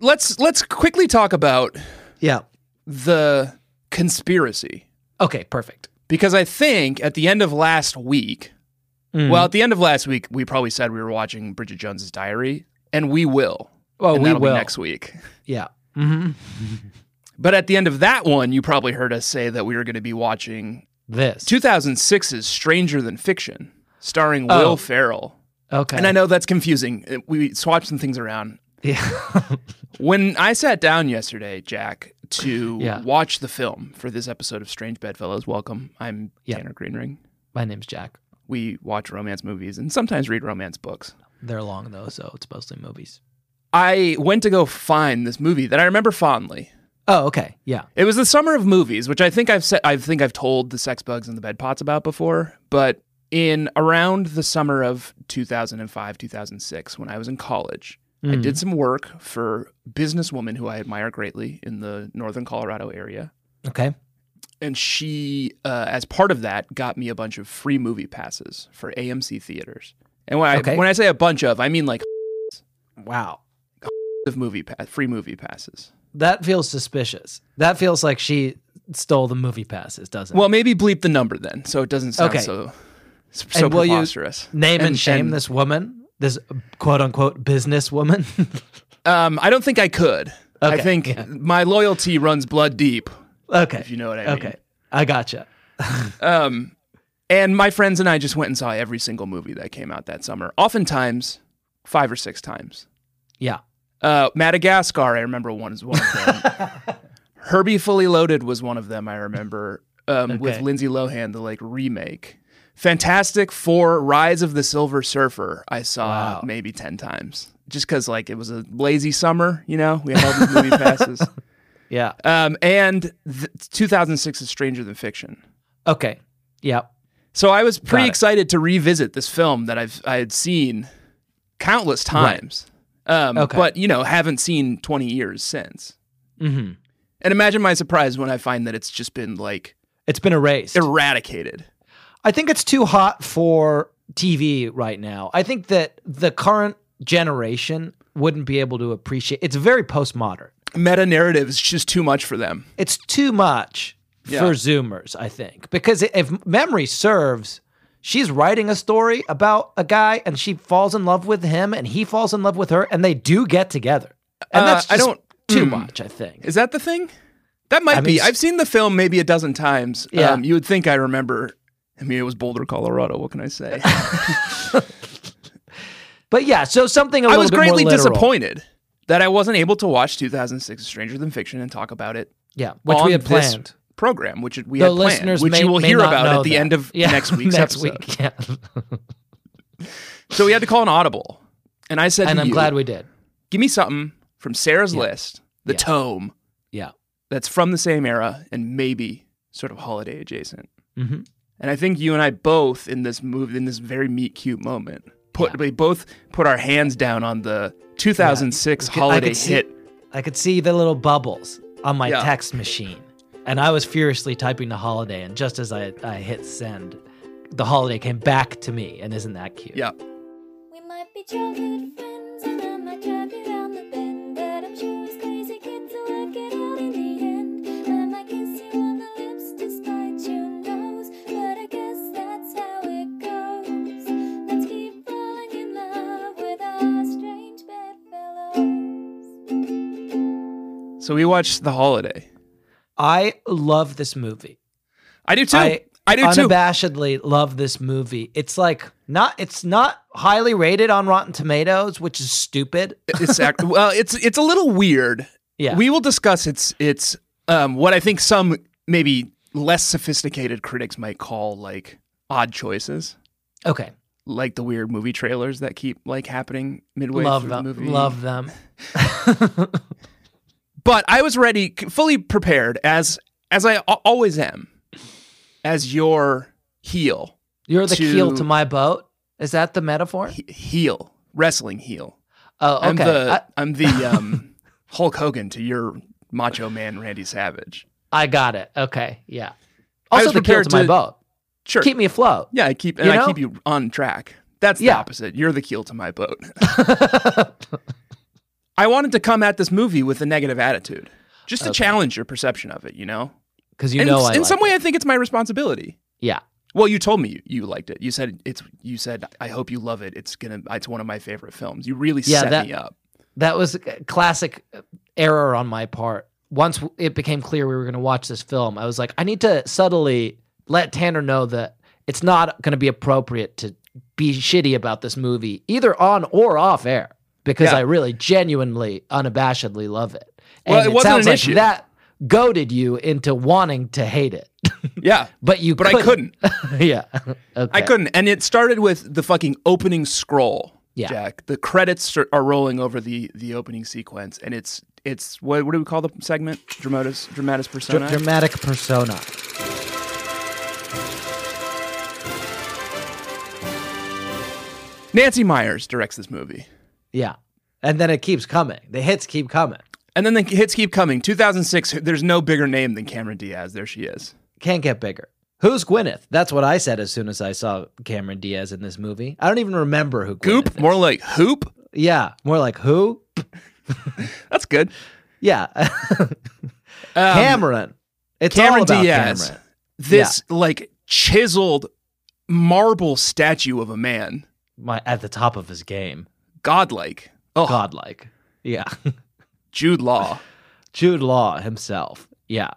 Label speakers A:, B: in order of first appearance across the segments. A: let's let's quickly talk about
B: Yeah.
A: the conspiracy
B: Okay. Perfect.
A: because I think at the end of last week,
B: Mm-hmm.
A: well, at the end of last week, we probably said we were watching Bridget Jones's Diary, and we will.
B: Oh,
A: and
B: we
A: that'll
B: will.
A: be next week.
B: Yeah. hmm
A: But at the end of that one, you probably heard us say that we were going to be watching
B: This.
A: 2006's Stranger Than Fiction, starring
B: Oh.
A: Will Ferrell.
B: okay.
A: And I know that's confusing. Uh, We swapped some things around.
B: Yeah.
A: When I sat down yesterday, Jack, to
B: Yeah.
A: watch the film for this episode of Strange Bedfellows, welcome. I'm
B: Yeah.
A: Tanner Greenring.
B: My name's Jack.
A: We watch romance movies and sometimes read romance books.
B: They're long though, so it's mostly movies.
A: I went to go find this movie that I remember fondly.
B: Oh, okay. Yeah.
A: It was the summer of movies, which I think I've said, I think I've told the sex bugs and the bed pots about before. But in around the summer of 2005, 2006, when I was in college, I
B: Mm.
A: did some work for businesswoman who I admire greatly in the northern Colorado area,
B: Okay.
A: and she, uh, as part of that, got me a bunch of free movie passes for AMC theaters. And when I
B: Okay.
A: when I say a bunch of, I mean like
B: Wow.
A: of movie pa- free movie passes.
B: That feels suspicious. That feels like she stole the movie passes, doesn't it?
A: Well, maybe bleep the number then, so it doesn't sound
B: Okay.
A: so so
B: will you
A: preposterous.
B: Name and,
A: and-
B: shame
A: and-
B: this woman, this quote unquote business woman.
A: Um, I don't think I could. I
B: Okay,
A: think
B: yeah.
A: my loyalty runs blood deep,
B: okay.
A: if you know what I mean.
B: okay. I gotcha.
A: Um, and my friends and I just went and saw every single movie that came out that summer, oftentimes five or six times.
B: Yeah.
A: Uh, Madagascar, I remember one is one of them. Herbie Fully Loaded was one of them. I remember um, with
B: Okay.
A: Lindsay Lohan, the like remake. Fantastic Four: Rise of the Silver Surfer. I saw
B: Wow.
A: maybe ten times, just because like it was a lazy summer. You know, we had all these movie passes.
B: Yeah.
A: Um, and th- 2006 is Stranger Than Fiction.
B: Okay. Yeah.
A: So I was
B: Got
A: pretty
B: it.
A: excited to revisit this film that I've I had seen countless times, um,
B: Okay.
A: but you know haven't seen 20 years since.
B: Mm-hmm.
A: And imagine my surprise when I find that it's just been like
B: It's been erased.
A: eradicated.
B: I think it's too hot for TV right now. I think that the current generation wouldn't be able to appreciate. It's very postmodern.
A: Meta narrative is just too much for them.
B: It's too much
A: Yeah.
B: for Zoomers, I think, because if memory serves, she's writing a story about a guy and she falls in love with him and he falls in love with her and they do get together. And
A: Uh,
B: that's
A: I
B: just
A: don't-
B: too
A: mm.
B: much, I think.
A: Is that the thing? That might
B: I mean,
A: be.
B: s-
A: I've seen the film maybe a dozen times.
B: Yeah.
A: Um, you would think I remember. I mean, it was Boulder, Colorado. What can I say?
B: But yeah, so something a
A: I
B: little
A: was
B: bit more
A: greatly
B: literal.
A: disappointed that I wasn't able to watch 2006 Stranger Than Fiction and talk about it
B: Yeah, which
A: on
B: we had
A: this
B: planned.
A: program, which we
B: The
A: had planned,
B: listeners
A: which
B: may,
A: you will
B: may
A: hear
B: not
A: about
B: know
A: at the
B: that.
A: end of
B: Yeah,
A: next week's
B: next
A: episode.
B: week. Yeah,
A: So we had to call an audible, and I said,
B: and
A: to
B: I'm
A: you,
B: glad we did.
A: give me something from Sarah's
B: Yeah.
A: list, the
B: Yeah.
A: tome
B: Yeah.
A: that's from the same era and maybe sort of holiday adjacent."
B: Mm-hmm.
A: And I think you and I both in this move, in this very meet cute moment, put
B: Yeah.
A: we both put our hands down on the 2006
B: I could
A: holiday
B: see-
A: hit.
B: I could see the little bubbles on my
A: Yeah.
B: text machine, and I was furiously typing the holiday. And just as I, I hit send, the holiday came back to me. And isn't that cute?
A: Yeah.
C: We might be childhood friends, and I might drive you round the bend. But I'm sure it's crazy kid to work it out in the end. I might kiss you on the lips despite your nose. But I guess that's how it goes. Let's keep falling in love with our strange bedfellows.
A: So we watched the holiday.
B: I love this movie.
A: I do too. I,
B: I
A: do too.
B: Unabashedly love this movie. It's like not it's not highly rated on Rotten Tomatoes, which is stupid.
A: it's act- well, it's it's a little weird.
B: Yeah.
A: We will discuss its its um, what I think some maybe less sophisticated critics might call like odd choices,
B: okay.
A: like the weird movie trailers that keep like happening midway
B: love
A: through
B: them.
A: the movie.
B: Love them.
A: But I was ready, c- fully prepared as as I al- always am, as your heel,
B: You're the keel
A: To-
B: to my boat. Is that the metaphor?
A: he- heel, wrestling heel.
B: Oh, okay.
A: I'm the
B: I,
A: I, am the um, Hulk Hogan to your Macho Man Randy Savage.
B: I got it. Okay. Yeah.
A: I
B: Also,
A: was
B: the keel
A: prepared
B: to my
A: to-
B: boat.
A: Sure.
B: Keep me afloat.
A: Yeah, I keep and
B: You
A: I
B: know?
A: keep you on track. That's the
B: Yeah.
A: opposite. You're the keel to my boat. I wanted to come at this movie with a negative attitude, just to challenge your perception of it. You know,
B: because you
A: in,
B: know I
A: in
B: like
A: some
B: it.
A: way, I think it's my responsibility.
B: yeah.
A: Well, you told me you, you liked it. You said it's. You said I hope you love it. It's gonna. It's one of my favorite films. You really
B: Yeah,
A: set
B: that-
A: me up.
B: That was a classic error on my part. Once w- it became clear we were going to watch this film, I was like, I need to subtly let Tanner know that it's not going to be appropriate to be shitty about this movie, either on or off air, because
A: Yeah.
B: I really genuinely, unabashedly love it. And
A: Well, it wasn't
B: sounds
A: an
B: like
A: issue.
B: that goaded you into wanting to hate it.
A: Yeah,
B: But you
A: but I couldn't.
B: yeah. Okay.
A: I couldn't. And it started with the fucking opening scroll.
B: Yeah.
A: Jack. The credits are, are rolling over the the opening sequence, and it's it's what what do we call the segment? Dramatis dramatis
B: Dr-
A: persona.
B: dramatic persona.
A: Nancy Myers directs this movie.
B: Yeah. And then it keeps coming. The hits keep coming.
A: And then the hits keep coming. 2006, there's no bigger name than Cameron Diaz. There she is.
B: Can't get bigger. Who's Gwyneth? That's what I said as soon as I saw Cameron Diaz in this movie. I don't even remember who Gwyneth
A: Goop,
B: is.
A: more like hoop.
B: Yeah. More like who?
A: That's good.
B: Yeah.
A: Um,
B: Cameron. It's all
A: Cameron
B: about
A: Diaz.
B: Cameron.
A: This like chiseled marble statue of a man,
B: My, at the top of his game.
A: godlike. Oh,
B: Godlike. Yeah.
A: Jude Law.
B: Jude Law himself. Yeah.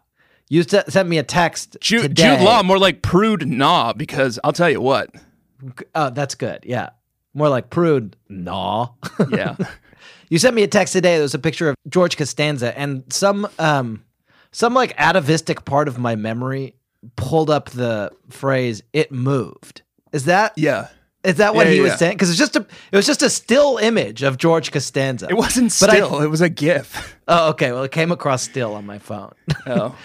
B: You s- sent me a text
A: Ju-
B: today.
A: Jude Law, more like prude nah, because I'll tell you what.
B: Oh, that's good. Yeah. More like prude. Nah.
A: Yeah.
B: You sent me a text today. There was a picture of George Costanza, and some um, some like atavistic part of my memory pulled up the phrase "it moved." Is that is
A: yeah.
B: that what
A: Yeah,
B: he
A: yeah,
B: was
A: yeah.
B: saying? Because it's just a it was just a still image of George Costanza.
A: It wasn't
B: But I-
A: still, it was a gif.
B: Oh, okay. Well, it came across still on my phone.
A: Oh.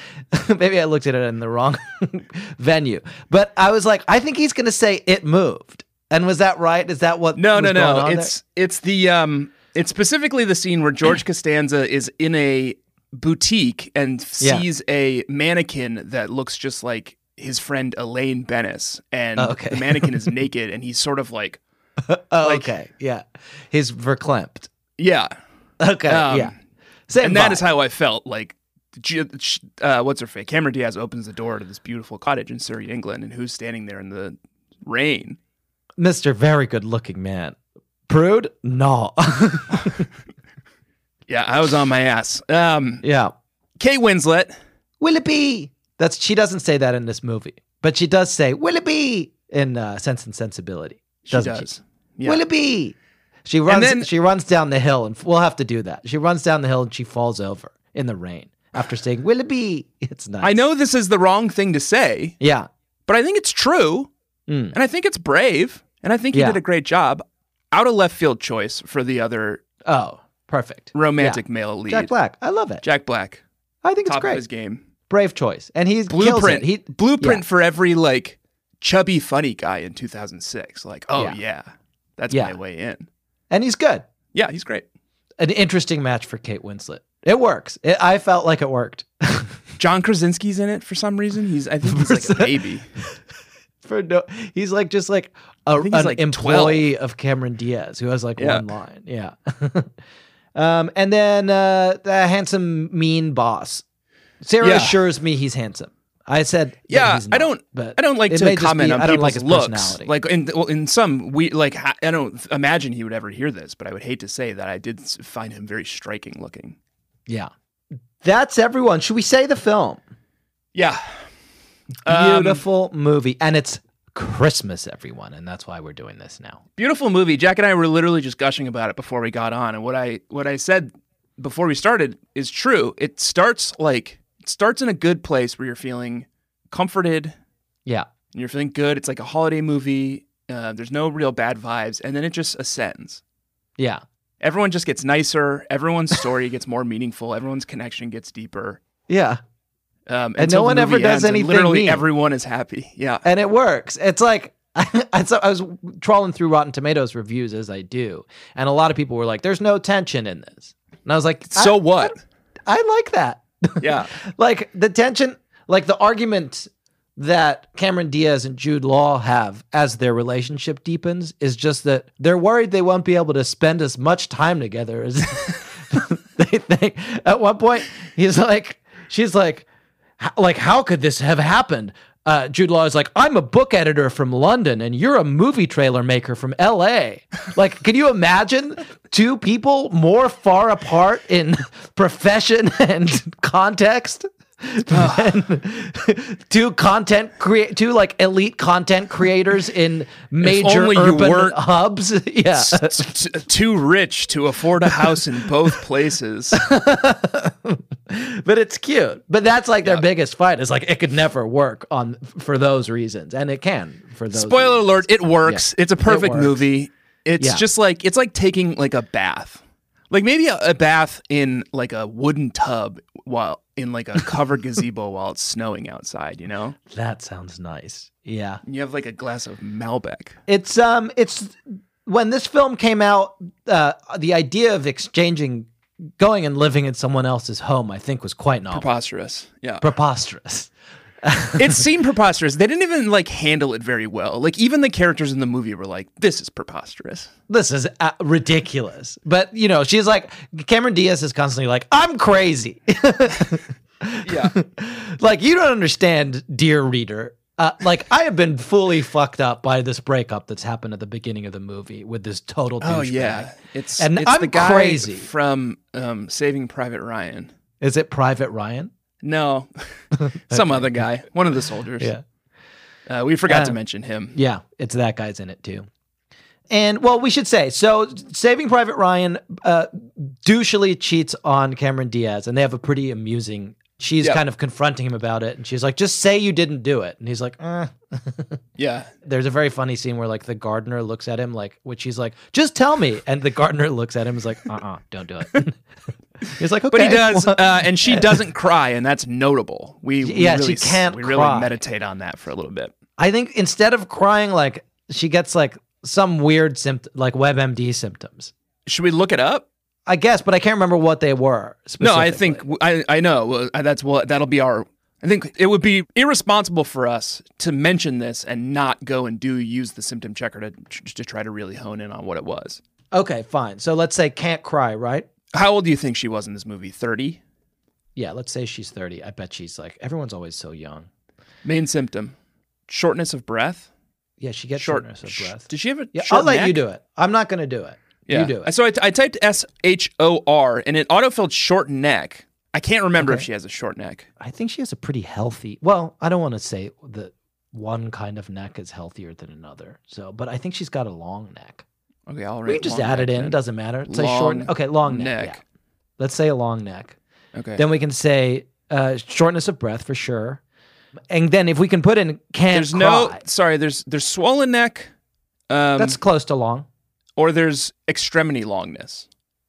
B: Maybe I looked at it in the wrong venue, but I was like, I think he's going to say "it moved." And was that right? Is that what?
A: No,
B: was
A: no,
B: going
A: no.
B: on
A: It's it's the um it's specifically the scene where George Costanza is in a boutique and
B: Yeah.
A: sees a mannequin that looks just like his friend Elaine Bennis and
B: Oh, okay.
A: the mannequin is naked and he's sort of like
B: there? Oh,
A: like-
B: okay. Yeah, he's verklempt.
A: yeah.
B: Okay.
A: Um,
B: yeah. Same
A: And that
B: vibe.
A: is how I felt like Ju- sh- uh, what's her face? Cameron Diaz opens the door to this beautiful cottage in Surrey, England, and who's standing there in the rain?
B: Mr. Very Good Looking Man. Prude? No.
A: Yeah, I was on my ass. Um,
B: yeah.
A: Kate Winslet,
B: Willoughby. That's she doesn't say that in this movie, but she does say Willoughby in uh, Sense and Sensibility.
A: she
B: Doesn't she?
A: does. Yeah.
B: Willoughby. She runs.
A: then-
B: she runs down the hill, and we'll have to do that. She runs down the hill and she falls over in the rain after saying Willoughby. It's nice.
A: I know this is the wrong thing to say,
B: Yeah.
A: but I think it's true,
B: Mm.
A: and I think it's brave, and I think he
B: Yeah.
A: did a great job. Out of left field choice for the other
B: Oh, perfect.
A: romantic male lead,
B: Yeah. Jack Black. I love it.
A: Jack Black,
B: I think it's
A: top of his
B: great.
A: game.
B: Brave choice, and he's
A: Blueprint,
B: He
A: blueprint for every like chubby funny guy in 2006. Like, oh
B: Yeah.
A: yeah, that's
B: Yeah.
A: my way in.
B: and he's good.
A: Yeah, he's great.
B: an interesting match for Kate Winslet. It works. It, I felt like it worked
A: John Krasinski's in it for some reason. He's I think he's like a baby.
B: for no. He's like just like a, an
A: think he's like
B: employee of Cameron Diaz who has like
A: Yeah.
B: one line. Yeah. um, and then uh, the handsome mean boss. Sarah
A: Yeah.
B: assures me he's handsome. I said, that
A: Yeah,
B: he's
A: I
B: not,
A: don't.
B: But
A: I don't like
B: it
A: to
B: may just
A: comment
B: be-
A: on
B: I don't
A: people's
B: like his
A: looks.
B: personality.
A: Like in well, in some we like ha- I don't imagine he would ever hear this, but I would hate to say that I did s- find him very striking looking.
B: yeah, that's everyone. Should we say the film?
A: Yeah, Um,
B: Beautiful movie, and it's Christmas, everyone, and that's why we're doing this now.
A: beautiful movie. Jack and I were literally just gushing about it before we got on, and what I what I said before we started is true. It starts like it starts in a good place where you're feeling comforted
B: Yeah,
A: and you're feeling good. It's like a holiday movie. Uh, there's no real bad vibes, and then it just ascends.
B: yeah.
A: everyone just gets nicer. Everyone's story gets more meaningful. Everyone's connection gets deeper.
B: Yeah.
A: Um,
B: And
A: until
B: no
A: the
B: one ever
A: movie
B: does
A: ends, and
B: anything
A: Literally,
B: mean.
A: everyone is happy. Yeah,
B: and it works. It's like I, so I was trawling through Rotten Tomatoes reviews as I do, and a lot of people were like, "There's no tension in this," and I was like, I-
A: so what?
B: I, like that.
A: yeah,
B: like the tension, like the argument that Cameron Diaz and Jude Law have as their relationship deepens is just that they're worried they won't be able to spend as much time together as they think at one point he's like, she's like, "H- like how could this have happened? Uh, Jude Law is like, I'm a book editor from London, and you're a movie trailer maker from L.A. Like, can you imagine two people more far apart in profession and context? than two content create two like elite content creators in major
A: only you
B: urban
A: weren't
B: hubs. yeah,
A: T- t- too rich to afford a house in both places.
B: but it's cute. But that's like their biggest fight. Is like it could never work on for those reasons, and it can for those.
A: Spoiler
B: reasons.
A: alert, it works. It's a perfect
B: works.
A: movie. It's
B: Yeah.
A: just like it's like taking like a bath. Like maybe a, a bath in like a wooden tub while in like a covered gazebo while it's snowing outside, you know?
B: That sounds nice. Yeah,
A: And you have like a glass of Malbec.
B: it's um, it's when this film came out, uh, the idea of exchanging, going and living in someone else's home, I think, was quite novel,
A: Preposterous. Yeah.
B: preposterous.
A: it seemed preposterous. They didn't even like handle it very well. Like even the characters in the movie were like, this is preposterous.
B: this is uh, ridiculous. But you know, she's like Cameron Diaz is constantly like, I'm crazy.
A: Yeah.
B: like you don't understand, dear reader. Uh, like I have been fully fucked up by this breakup that's happened at the beginning of the movie with this total.
A: Oh
B: douchebag.
A: yeah. It's
B: And
A: it's
B: I'm
A: the guy
B: crazy.
A: from um, Saving Private Ryan.
B: is it Private Ryan?
A: No, some other guy, one of the soldiers.
B: Yeah,
A: Uh, we forgot to
B: Uh,
A: mention him.
B: yeah, it's that guy's in it too. And well, we should say so. Saving Private Ryan uh, douchily cheats on Cameron Diaz, and they have a pretty amusing. She's
A: Yeah.
B: kind of confronting him about it, and she's like, "Just say you didn't do it," and he's like, eh.
A: Yeah.
B: there's a very funny scene where like the gardener looks at him like which he's like just tell me and the gardener looks at him and is like uh-uh don't do it he's like okay
A: But he does,
B: well,
A: uh, and she doesn't cry, and that's notable. We, we
B: Yeah, she
A: really, s-
B: can't
A: We really
B: cry.
A: meditate on that for a little bit.
B: i think instead of crying like she gets like some weird symptom like webmd symptoms
A: Should we look it up?
B: i guess but i can't remember what they were
A: No, I
B: specifically.
A: think w- I I know well, I- that's what that'll be our. I think it would be irresponsible for us to mention this and not go and do use the symptom checker to to try to really hone in on what it was.
B: okay fine so let's say can't cry right
A: How old do you think she was in this movie? Thirty.
B: yeah let's say she's 30 i bet she's like everyone's always so young
A: Main symptom: shortness of breath.
B: yeah she gets
A: Short-
B: shortness of
A: sh-
B: breath
A: Did she have a?
B: yeah
A: short
B: i'll let
A: neck?
B: you do it i'm not gonna do it
A: Yeah.
B: you do it
A: So I, I typed S H O R and it autofilled short neck. I can't remember if
B: Okay.
A: she has a short neck.
B: I think she has a pretty healthy. Well, I don't want to say that one kind of neck is healthier than another. So, but I think she's got a long neck.
A: Okay, I'll
B: We can just add it in. It doesn't matter. It's a
A: Long
B: short. Okay, long neck. yeah.
A: neck.
B: Let's say a long neck.
A: Okay.
B: Then we can say uh, shortness of breath for sure. And then if we can put in can't
A: there's no
B: cry,
A: sorry, there's there's swollen neck. Um
B: that's close to long.
A: or there's extremity longness.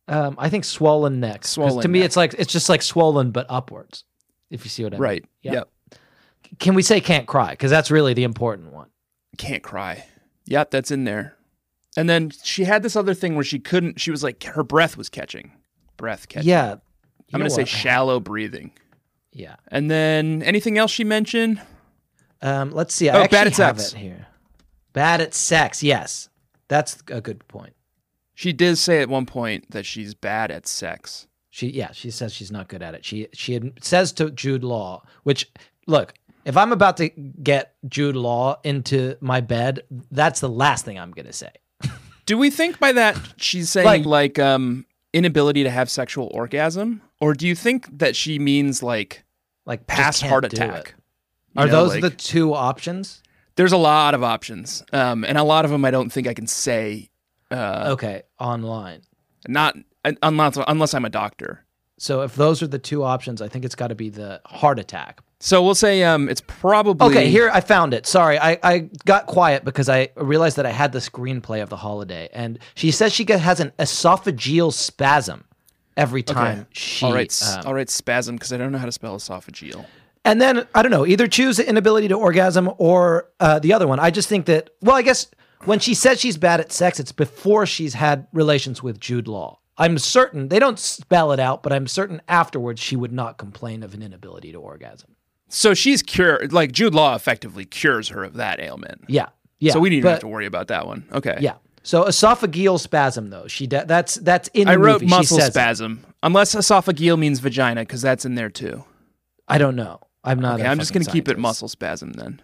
B: Um, I think swollen neck. 'cause To
A: Swollen
B: me,
A: neck.
B: it's like it's just like swollen but upwards. If you see what I mean.
A: Right.
B: Yeah.
A: Yeah.
B: Can we say can't cry? Because that's really the important one.
A: Can't cry. Yeah, that's in there. And then she had this other thing where she couldn't she was like her breath was catching. Breath catching.
B: Yeah. You
A: I'm
B: know
A: gonna say
B: what?
A: shallow breathing.
B: Yeah.
A: And then anything else she mentioned?
B: Um, let's see. I
A: Oh,
B: actually
A: bad at
B: have
A: sex.
B: it here. Bad at sex. Yes, that's a good point.
A: She did say at one point that she's bad at sex.
B: She, yeah, she says she's not good at it. She she ad- says to Jude Law, which look, if I'm about to get Jude Law into my bed, that's the last thing I'm gonna say.
A: Do we think by that she's saying
B: Like-
A: like, um inability to have sexual orgasm, or do you think that she means like
B: Like just
A: past
B: can't
A: heart
B: do it.
A: attack? You
B: Are
A: know,
B: those
A: like-
B: the two options?
A: There's a lot of options, um, and a lot of them I don't think I can say. Uh,
B: Okay, online.
A: Not unless unless I'm a doctor.
B: So if those are the two options, I think it's got to be the heart attack
A: So we'll say um, it's probably
B: Okay, here I found it. Sorry, I, I got quiet because I realized that I had the screenplay of the holiday, and she says she get, has an esophageal spasm every time she.
A: All right, s-
B: um,
A: all right, spasm because I don't know how to spell esophageal.
B: And then I don't know. Either choose the inability to orgasm or uh, the other one. I just think that. Well, I guess when she says she's bad at sex, it's before she's had relations with Jude Law. I'm certain they don't spell it out, but I'm certain afterwards she would not complain of an inability to orgasm.
A: So she's cured. Like Jude Law effectively cures her of that ailment.
B: Yeah, yeah.
A: so we didn't even have
B: but-
A: to worry about that one. Okay.
B: Yeah. So esophageal spasm, though she de- that's that's in. The
A: I wrote
B: movie. She
A: muscle
B: says it.
A: spasm. Unless esophageal means vagina, because that's in there too.
B: I don't know. I'm not.
A: Okay,
B: i
A: I'm just gonna keep it muscle spasm then.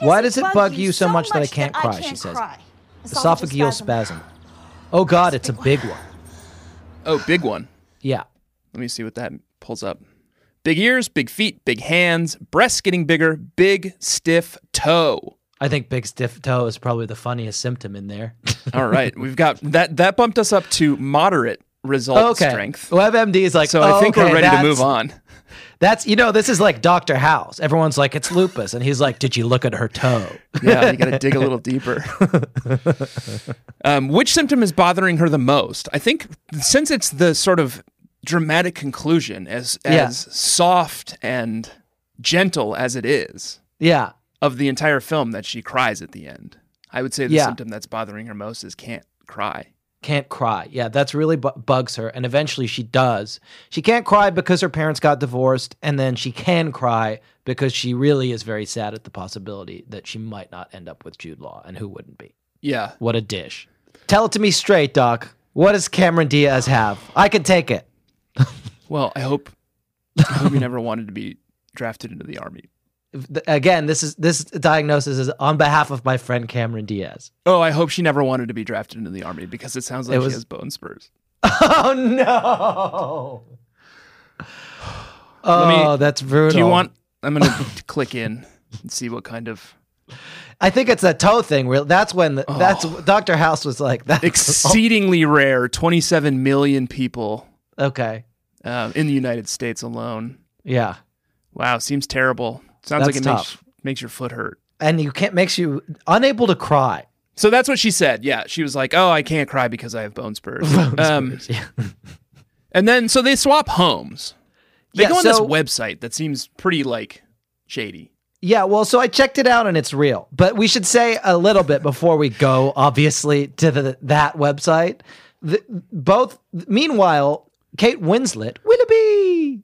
B: Why does it bug you so much that I can't cry, she says. Esophageal spasm. Oh God, it's a big one.
A: Oh, big one.
B: Yeah.
A: Let me see what that pulls up. Big ears, big feet, big hands, breasts getting bigger, big stiff toe.
B: I think big stiff toe is probably the funniest symptom in there.
A: All right, we've got that. That bumped us up to moderate result
B: okay.
A: strength.
B: WebMD is like,
A: So
B: "Oh,
A: I think
B: okay,
A: we're ready to move
B: that's-
A: on.
B: That's you know, this is like Doctor House. Everyone's like, it's lupus, and he's like, did you look at her toe?
A: Yeah, you got to dig a little deeper. um, which symptom is bothering her the most? I think since it's the sort of dramatic conclusion, as as
B: Yeah.
A: soft and gentle as it is
B: Yeah.
A: of the entire film, that she cries at the end. I would say the
B: Yeah.
A: symptom that's bothering her most is can't cry.
B: can't cry. Yeah, that's really bu- bugs her. And eventually she does. She can't cry because her parents got divorced. And then she can cry because she really is very sad at the possibility that she might not end up with Jude Law. And who wouldn't be?
A: Yeah,
B: What a dish. Tell it to me straight, Doc. What does Cameron Diaz have? I can take it.
A: Well, I hope I hope you never wanted to be drafted into the army.
B: If th- Again, this is this diagnosis is on behalf of my friend Cameron Diaz.
A: Oh, I hope she never wanted to be drafted into the army because it sounds like
B: It
A: she
B: was-
A: has bone spurs.
B: Oh no.
A: Let me-
B: Oh, that's brutal.
A: Do you want? I'm gonna click in and see what kind of
B: I think it's that toe thing. Where that's when the, that's Doctor House was like that.
A: exceedingly rare 27 million people
B: okay,
A: uh, in the United States alone.
B: yeah,
A: Wow, seems terrible. Sounds like it
B: That's
A: makes makes your foot hurt.
B: and you can't makes you unable to cry.
A: So that's what she said. Yeah, she was like, "Oh, I can't cry because I have bone spurs." Um, and then so they swap homes. They
B: Yeah,
A: go on this
B: so-
A: website that seems pretty like shady.
B: Yeah, well, so I checked it out and it's real. But we should say a little bit before we go, obviously, to the, that website. The, both. Meanwhile, Kate Winslet, Willoughby,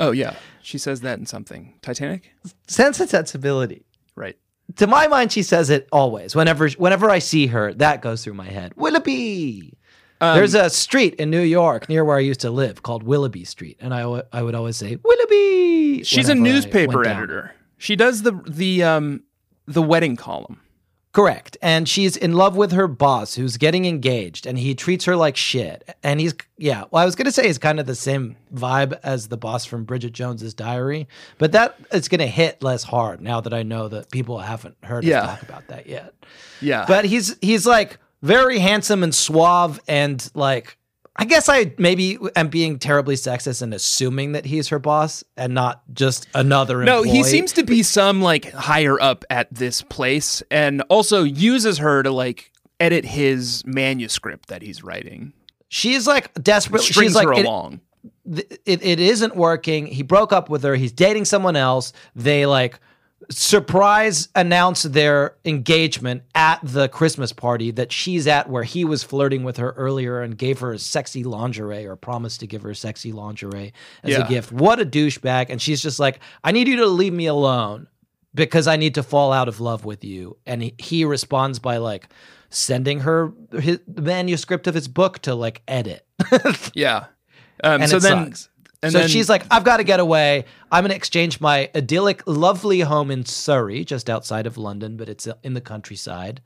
A: Oh yeah, she says that in something. Titanic,
B: Sense and Sensibility.
A: right?
B: To my mind, she says it always. Whenever whenever I see her, that goes through my head. Willoughby.
A: Um,
B: There's a street in New York near where I used to live called Willoughby Street, and I al- I would always say Willoughby.
A: she's a
B: whenever I
A: newspaper
B: went down.
A: editor. She does the the um the wedding column.
B: Correct. And she's in love with her boss who's getting engaged and he treats her like shit. And he's, yeah, well, I was going to say he's kind of the same vibe as the boss from Bridget Jones's diary, but that is going to hit less hard now that I know that people haven't heard
A: Yeah.
B: us talk about that yet.
A: Yeah,
B: But he's, he's like very handsome and suave and like, I guess I maybe am being terribly sexist and assuming that he's her boss and not just another
A: no,
B: employee.
A: he seems to be some like higher up at this place, and also uses her to like edit his manuscript that he's writing.
B: She's like desperate.
A: Strings
B: She's like
A: her
B: it-
A: along.
B: th- it, it isn't working. He broke up with her. He's dating someone else. They like surprise announce their engagement at the Christmas party that she's at where he was flirting with her earlier and gave her sexy lingerie or promised to give her sexy lingerie as
A: Yeah.
B: a gift. What a douchebag. And she's just like, I need you to leave me alone because I need to fall out of love with you. And he, he responds by like sending her his the manuscript of his book to like edit.
A: Yeah. Um,
B: And
A: so
B: it
A: then,
B: sucks.
A: and
B: so
A: then
B: she's like, I've got to get away. I'm going to exchange my idyllic, lovely home in Surrey, just outside of London, but it's uh, in the countryside,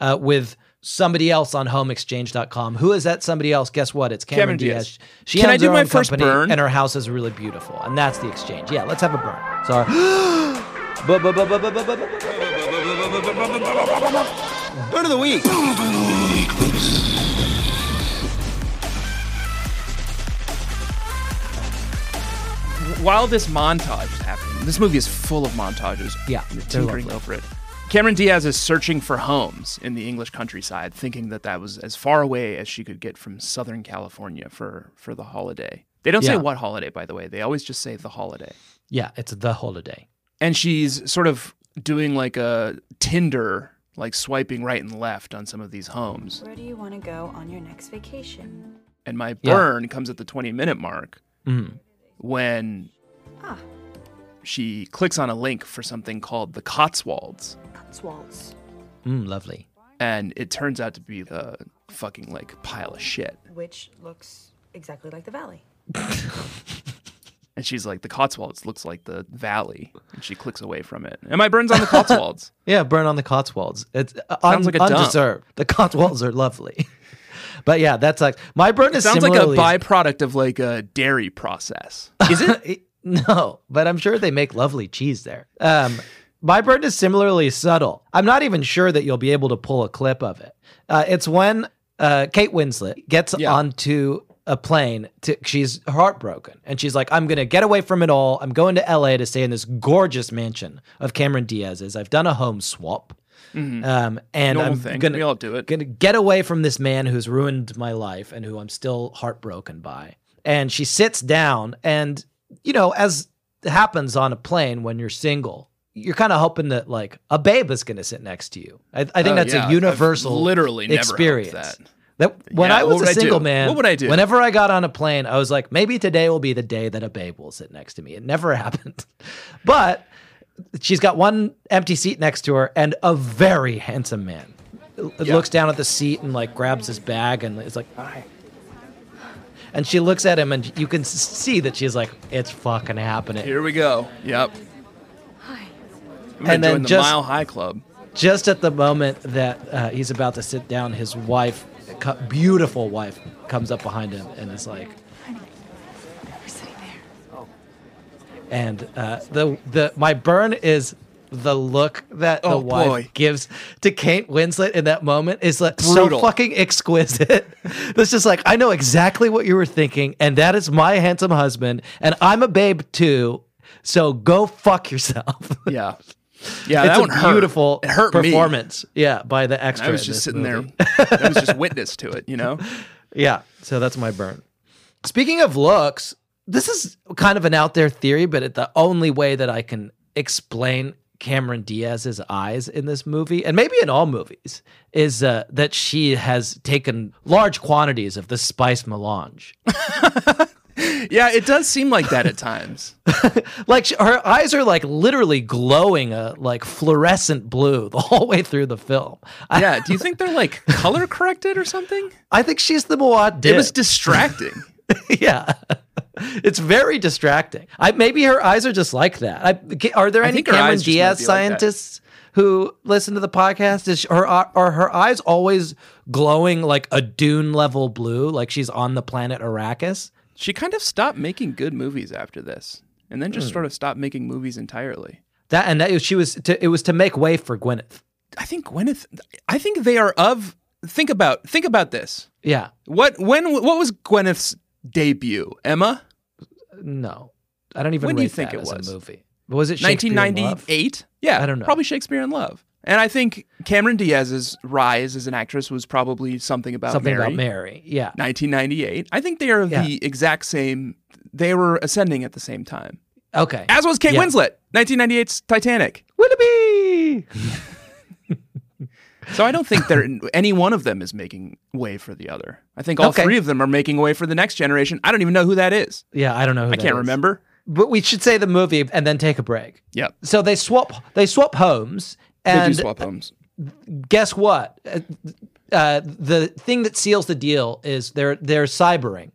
B: uh, with somebody else on homeexchange.com. Who is that somebody else? Guess what? It's
A: Cameron
B: Cameron,
A: Diaz.
B: Diaz. She
A: Can I
B: owns
A: do
B: her
A: my
B: own
A: first
B: company,
A: burn?
B: And her house is really beautiful. And that's the exchange. Yeah, let's have a burn. Sorry.
A: Go to the week. While this montage is happening, this movie is full of montages.
B: Yeah,
A: You're
B: they're
A: tinkering over
B: lovely.
A: it. Cameron Diaz is searching for homes in the English countryside, thinking that that was as far away as she could get from Southern California for for the holiday. They don't say
B: Yeah.
A: what holiday, by the way. They always just say the holiday
B: yeah, it's the holiday.
A: and she's sort of doing like a Tinder, like swiping right and left on some of these homes.
D: Where do you want to go on your next vacation?
A: And my
B: Yeah.
A: burn comes at the 20 minute mark
B: Mm.
A: when
D: Ah,
A: she clicks on a link for something called the Cotswolds.
D: Cotswolds.
B: Mm, lovely.
A: And it turns out to be a fucking like pile of shit.
D: Which looks exactly like the valley.
A: and she's like, the Cotswolds looks like the valley. And she clicks away from it. And my burn's on the Cotswolds.
B: Yeah, burn on the Cotswolds. It's uh, un-
A: Sounds like a dump.
B: undeserved. The Cotswolds are lovely. but yeah, that sucks. My burn is
A: Sounds like a
B: similarly.
A: byproduct of like a dairy process.
B: Is it? no, but I'm sure they make lovely cheese there. Um, my burn is similarly subtle. I'm not even sure that you'll be able to pull a clip of it. Uh, it's when uh, Kate Winslet gets
A: Yeah.
B: onto a plane. To, she's heartbroken, and she's like, "I'm gonna get away from it all. I'm going to L.A. to stay in this gorgeous mansion of Cameron Diaz's. I've done a home swap, um, and
A: Mm-hmm. Normal
B: I'm
A: thing.
B: gonna
A: we all do it.
B: gonna get away from this man who's ruined my life and who I'm still heartbroken by. And she sits down, and you know, as happens on a plane when you're single, you're kind of hoping that like a babe is gonna sit next to you. I, I
A: Oh,
B: think that's
A: yeah.
B: a
A: I've
B: universal
A: literally never hoped
B: experience.
A: that.
B: That- when
A: Yeah,
B: I was
A: what
B: a
A: would I
B: single
A: do?
B: man,
A: What would I do?
B: Whenever I got on a plane, I was like, maybe today will be the day that a babe will sit next to me. It never happened, but she's got one empty seat next to her and a very handsome man l- looks down at the seat and like grabs his bag and is like, "Hi." And she looks at him and you can s- see that she's like, "It's fucking happening."
A: Here we go. Yep. We're
B: And then
A: doing the
B: just-
A: Mile High Club.
B: just at the moment that uh, he's about to sit down, his wife, co- beautiful wife, comes up behind him and is like, And uh, the the my burn is the look that the
A: Oh,
B: wife
A: boy.
B: gives to Kate Winslet in that moment is like so
A: Brutal.
B: fucking exquisite. That's just like I know exactly what you were thinking, and that is my handsome husband, and I'm a babe too. So go fuck yourself.
A: Yeah. Yeah, that one
B: it's a
A: hurt.
B: beautiful
A: It hurt me.
B: performance. Yeah, by the extra.
A: I was
B: in
A: just
B: this
A: sitting
B: movie.
A: there. I was just witness to it, you know?
B: Yeah, so that's my burn. Speaking of looks, this is kind of an out there theory, but it, the only way that I can explain Cameron Diaz's eyes in this movie, and maybe in all movies, is uh, that she has taken large quantities of the spice melange.
A: Yeah, it does seem like that at times.
B: like she, her eyes are like literally glowing a like fluorescent blue the whole way through the film. I,
A: Yeah. Do you think they're like color corrected or something?
B: I think she's the Moat.
A: It was distracting.
B: yeah. It's very distracting. I maybe her eyes are just like that. I, are there
A: I
B: any
A: think her
B: Cameron
A: eyes just might
B: Diaz
A: be like that.
B: scientists who listen to the podcast? Is she- her uh, are her eyes always glowing like a dune level blue, like she's on the planet Arrakis?
A: she kind of stopped making good movies after this and then just
B: Hmm.
A: sort of stopped making movies entirely.
B: That and that she was to, it was to make way for Gwyneth.
A: I think Gwyneth, I think they are of, think about, think about this.
B: Yeah,
A: What, when, what was Gwyneth's debut? Emma?
B: no, I don't even.
A: When do you
B: rate
A: think
B: that
A: it
B: as a
A: was?
B: movie? Was it Shakespeare in Love?
A: 1998? Yeah,
B: I don't know.
A: Probably Shakespeare in Love. And I think Cameron Diaz's rise as an actress was probably something about
B: Something
A: Mary.
B: about Mary. Yeah,
A: 1998. I think they are
B: Yeah.
A: the exact same. They were ascending at the same time.
B: okay.
A: As was Kate
B: Yeah.
A: Winslet, 1998's Titanic.
B: Willoughby.
A: So I don't think they're any one of them is making way for the other. I think all
B: Okay.
A: three of them are making way for the next generation. I don't even know who that is.
B: Yeah, I don't know. Who
A: I can't remember.
B: But we should say the movie and then take a break.
A: Yep.
B: So they swap they swap homes
A: They do
B: and
A: swap homes.
B: guess what? Uh, uh, the thing that seals the deal is they're they're cybering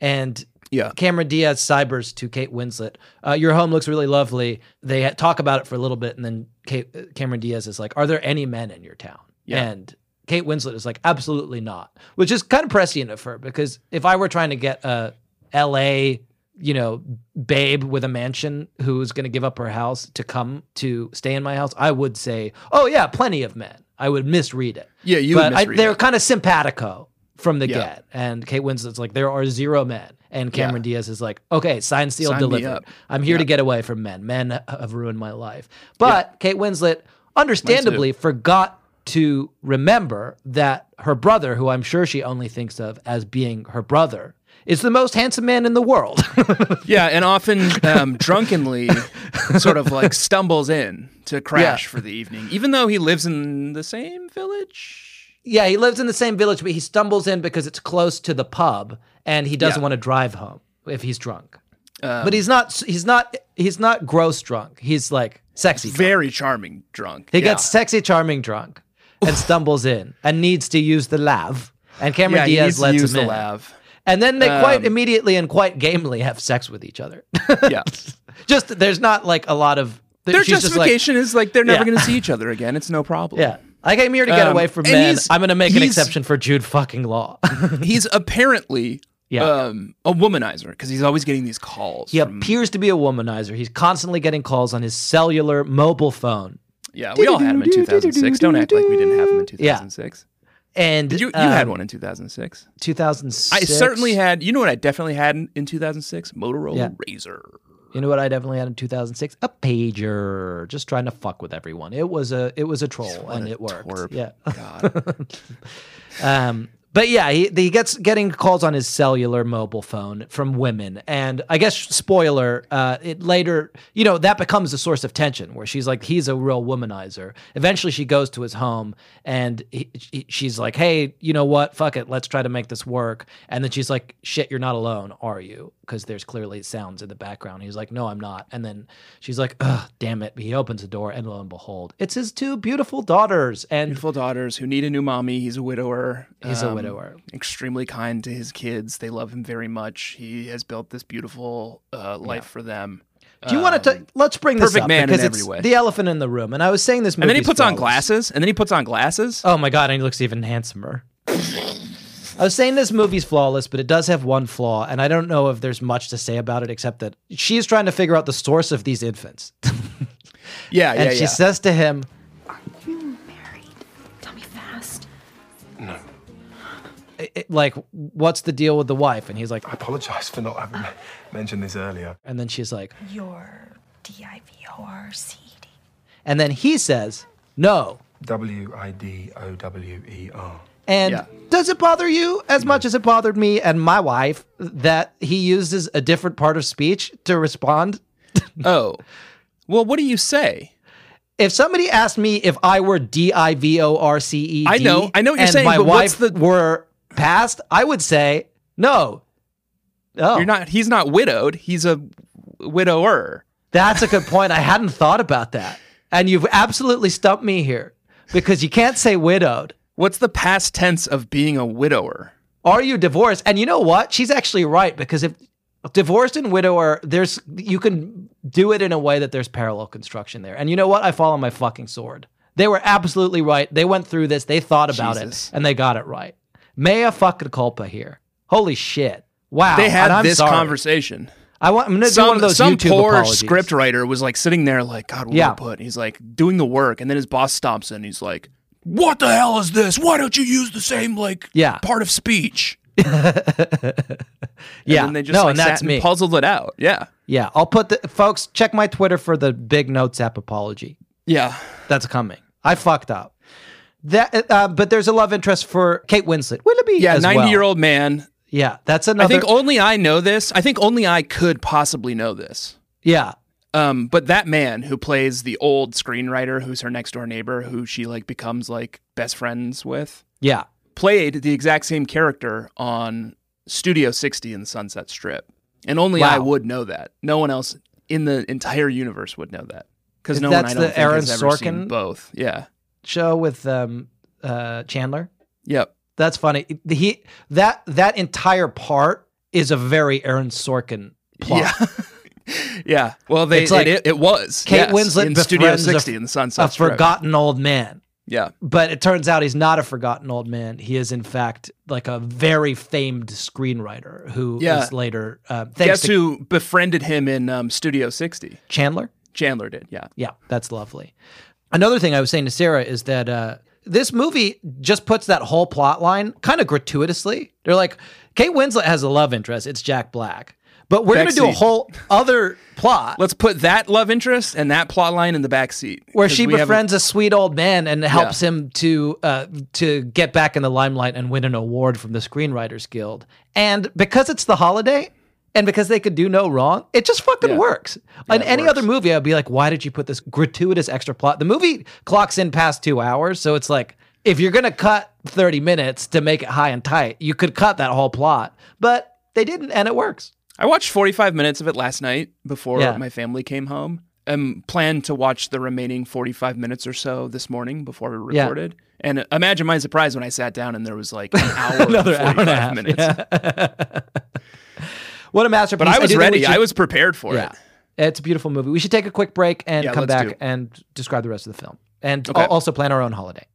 B: and
A: Yeah.
B: Cameron Diaz cybers to Kate Winslet. Uh, your home looks really lovely. They ha- talk about it for a little bit and then Kate, uh, Cameron Diaz is like, "Are there any men in your town?"
A: Yeah.
B: And Kate Winslet is like, "Absolutely not." Which is kind of prescient of her because if I were trying to get a LA you know, babe with a mansion who's going to give up her house to come to stay in my house, I would say, oh, yeah, plenty of men. I would misread it.
A: Yeah, you
B: but
A: would misread
B: I, they're
A: it.
B: kind of simpatico from the
A: Yeah.
B: get. And Kate Winslet's like, there are zero men. And Cameron Diaz is like, okay, sign, seal,
A: Sign me
B: deliver.
A: up.
B: I'm here to get away from men. Men have ruined my life. But Kate Winslet, understandably, forgot to remember that her brother, who I'm sure she only thinks of as being her brother, is the most handsome man in the world.
A: Yeah, and often um, drunkenly sort of like stumbles in to crash for the evening, even though he lives in the same village.
B: Yeah, he lives in the same village, but he stumbles in because it's close to the pub, and he
A: Yeah.
B: doesn't
A: Um,
B: want to drive home if he's drunk. but he's not. He's not. He's not gross drunk. He's like sexy. Drunk.
A: Very charming drunk.
B: He
A: yeah.
B: gets sexy, charming drunk, and stumbles in and needs to use the lav. And Cameron
A: yeah, he
B: Diaz
A: needs to
B: lets
A: use
B: him
A: the
B: in.
A: lav.
B: And then they quite
A: Um,
B: immediately and quite gamely have sex with each other.
A: Yeah.
B: just there's not like a lot of
A: Their
B: she's just like,
A: justification is like they're never
B: Yeah.
A: going to see each other again. It's no problem.
B: yeah. I came here to get
A: Um,
B: away from
A: and
B: men.
A: he's-
B: I'm going to make an
A: he's-
B: exception for Jude fucking Law.
A: He's apparently
B: Yeah.
A: um, a womanizer because he's always getting these calls.
B: he
A: from-
B: appears to be a womanizer. He's constantly getting calls on his cellular mobile phone.
A: yeah, we all had him in 2006. Don't act like we didn't have him in 2006.
B: And
A: Did you, you had
B: um,
A: one in 2006.
B: 2006.
A: I certainly had. You know what I definitely had in, in 2006? Motorola
B: Yeah.
A: Razor.
B: You know what I definitely had in 2006? A pager, just trying to fuck with everyone. It was a it was a troll and
A: a
B: it worked.
A: twerp.
B: Yeah.
A: God.
B: Um, but yeah, he, he gets getting calls on his cellular mobile phone from women, and I guess spoiler, uh, it later you know that becomes a source of tension where she's like, he's a real womanizer. Eventually, she goes to his home, and he, he- she's like, hey, you know what? Fuck it, let's try to make this work. And then she's like, shit, you're not alone, are you? Because there's clearly sounds in the background. He's like, no, I'm not. And then she's like, Ugh, damn it. He opens the door, and lo and behold, it's his two beautiful daughters, and
A: Beautiful daughters who need a new mommy. He's a widower.
B: he's a
A: Um,
B: widower.
A: Extremely kind to his kids. They love him very much. He has built this beautiful uh, life for them.
B: Do you want to? Let's bring this
A: Um, perfect
B: up
A: man in
B: because
A: every
B: it's
A: way.
B: the elephant in the room. And I was saying this,
A: And then he
B: movie's
A: puts on
B: flawless.
A: glasses. And then he puts on glasses.
B: Oh my god, and he looks even handsomer. I was saying this movie's flawless, but it does have one flaw, and I don't know if there's much to say about it except that she's trying to figure out the source of these infants,
A: Uh, yeah, yeah,
B: and she
A: yeah.
B: says to him,
D: You married? Tell me fast.
B: i- i- "Like, what's the deal with the wife?" And he's like,
E: I apologise for not having mentioned this earlier.
B: and then she's like,
D: Your D-I-V-O-R-C-E-D.
B: and then he says, "No."
E: W I D O W E R.
B: And
A: Yeah.
B: does it bother you as much as it bothered me and my wife that he uses a different part of speech to respond
A: oh, well, what do you say?
B: If somebody asked me if I were D I V O R C E D,
A: I know- I know what you're
B: and
A: saying,
B: my
A: but what's
B: wife
A: the-
B: were passed, I would say no. Oh, No,
A: You're not. He's not widowed. He's a widower.
B: That's a good point. I hadn't thought about that, and you've absolutely stumped me here because you can't say widowed.
A: What's the past tense of being a widower?
B: Are you divorced? And you know what? She's actually right because if divorced and widower, there's you can do it in a way that there's parallel construction there. And you know what? I fall on my fucking sword. They were absolutely right. They went through this. They thought about
A: Jesus.
B: it and they got it right. Mea fucking culpa here. Holy shit! Wow.
A: They
B: and
A: had
B: I'm
A: this
B: sorry.
A: conversation.
B: I want. I'm gonna do one
A: Some
B: of those
A: some
B: YouTube
A: poor
B: apologies.
A: scriptwriter was like sitting there, like God, what do
B: Yeah.
A: I put? He's like doing the work, and then his boss stops in. And he's like, "What the hell is this? Why don't you use the same like
B: Yeah.
A: part of speech?"
B: Yeah.
A: and then they just
B: no,
A: like
B: and
A: sat
B: that's
A: and
B: me.
A: puzzled it out. Yeah,
B: yeah. I'll put the folks check my Twitter for the big notes app apology.
A: yeah.
B: That's coming. I fucked up. That, uh, but there's a love interest for Kate Winslet. Willoughby,
A: Yeah,
B: as well.
A: 90 year old man.
B: Yeah, that's another.
A: I think only I know this. I think only I could possibly know this.
B: yeah,
A: Um, but that man who plays the old screenwriter who's her next door neighbor, who she like becomes like best friends with,
B: yeah.
A: played the exact same character on Studio 60 in the Sunset Strip. And only
B: Wow.
A: I would know that. No one else in the entire universe would know that. Because
B: If
A: no
B: that's
A: one I
B: the
A: don't think
B: Aaron
A: has ever seen
B: Sorkin-
A: both. Yeah.
B: Show with um, uh, Chandler.
A: Yep.
B: That's funny. He that that entire part is a very Aaron Sorkin plot.
A: Yeah. yeah. Well, they
B: It's like
A: it, it was
B: Kate
A: yes,
B: Winslet
A: in Studio
B: befriends a-
A: 60 in the Sunset
B: a
A: Strip.
B: forgotten old man.
A: yeah.
B: But it turns out he's not a forgotten old man. He is, in fact, like a very famed screenwriter who is
A: Yeah.
B: later uh, thanks
A: Guess
B: to
A: who befriended him in um, Studio 60?
B: Chandler.
A: Chandler did. Yeah.
B: Yeah, that's lovely. Another thing I was saying to Sarah is that uh, this movie just puts that whole plot line kind of gratuitously. They're like, Kate Winslet has a love interest. It's Jack Black. But we're going to do a
A: Backseat.
B: whole other plot
A: Let's put that love interest and that plot line in the back seat.
B: where
A: 'Cause
B: she
A: we haven't-
B: befriends a sweet old man and helps him to uh, to get back in the limelight and win an award from the Screenwriters Guild. And because it's the holiday, and because they could do no wrong, it just fucking
A: Yeah.
B: works. In
A: it
B: any
A: works.
B: other movie, I'd be like, why did you put this gratuitous extra plot? The movie clocks in past two hours, so it's like if you're gonna cut thirty minutes to make it high and tight, you could cut that whole plot, but they didn't, and it works.
A: I watched 45 minutes of it last night before
B: Yeah.
A: my family came home and planned to watch the remaining 45 minutes or so this morning before we
B: Yeah.
A: recorded. And uh, imagine my surprise when I sat down and there was like an hour,
B: Another
A: and
B: hour and a
A: 45
B: half.
A: minutes.
B: yeah. what a masterpiece!
A: But I was
B: do think we
A: ready.
B: should-
A: I was prepared for
B: yeah.
A: it.
B: It's a beautiful movie. We should take a quick break and
A: Yeah,
B: come
A: let's
B: back
A: do.
B: and describe the rest of the film, and
A: Okay.
B: al- also plan our own holiday.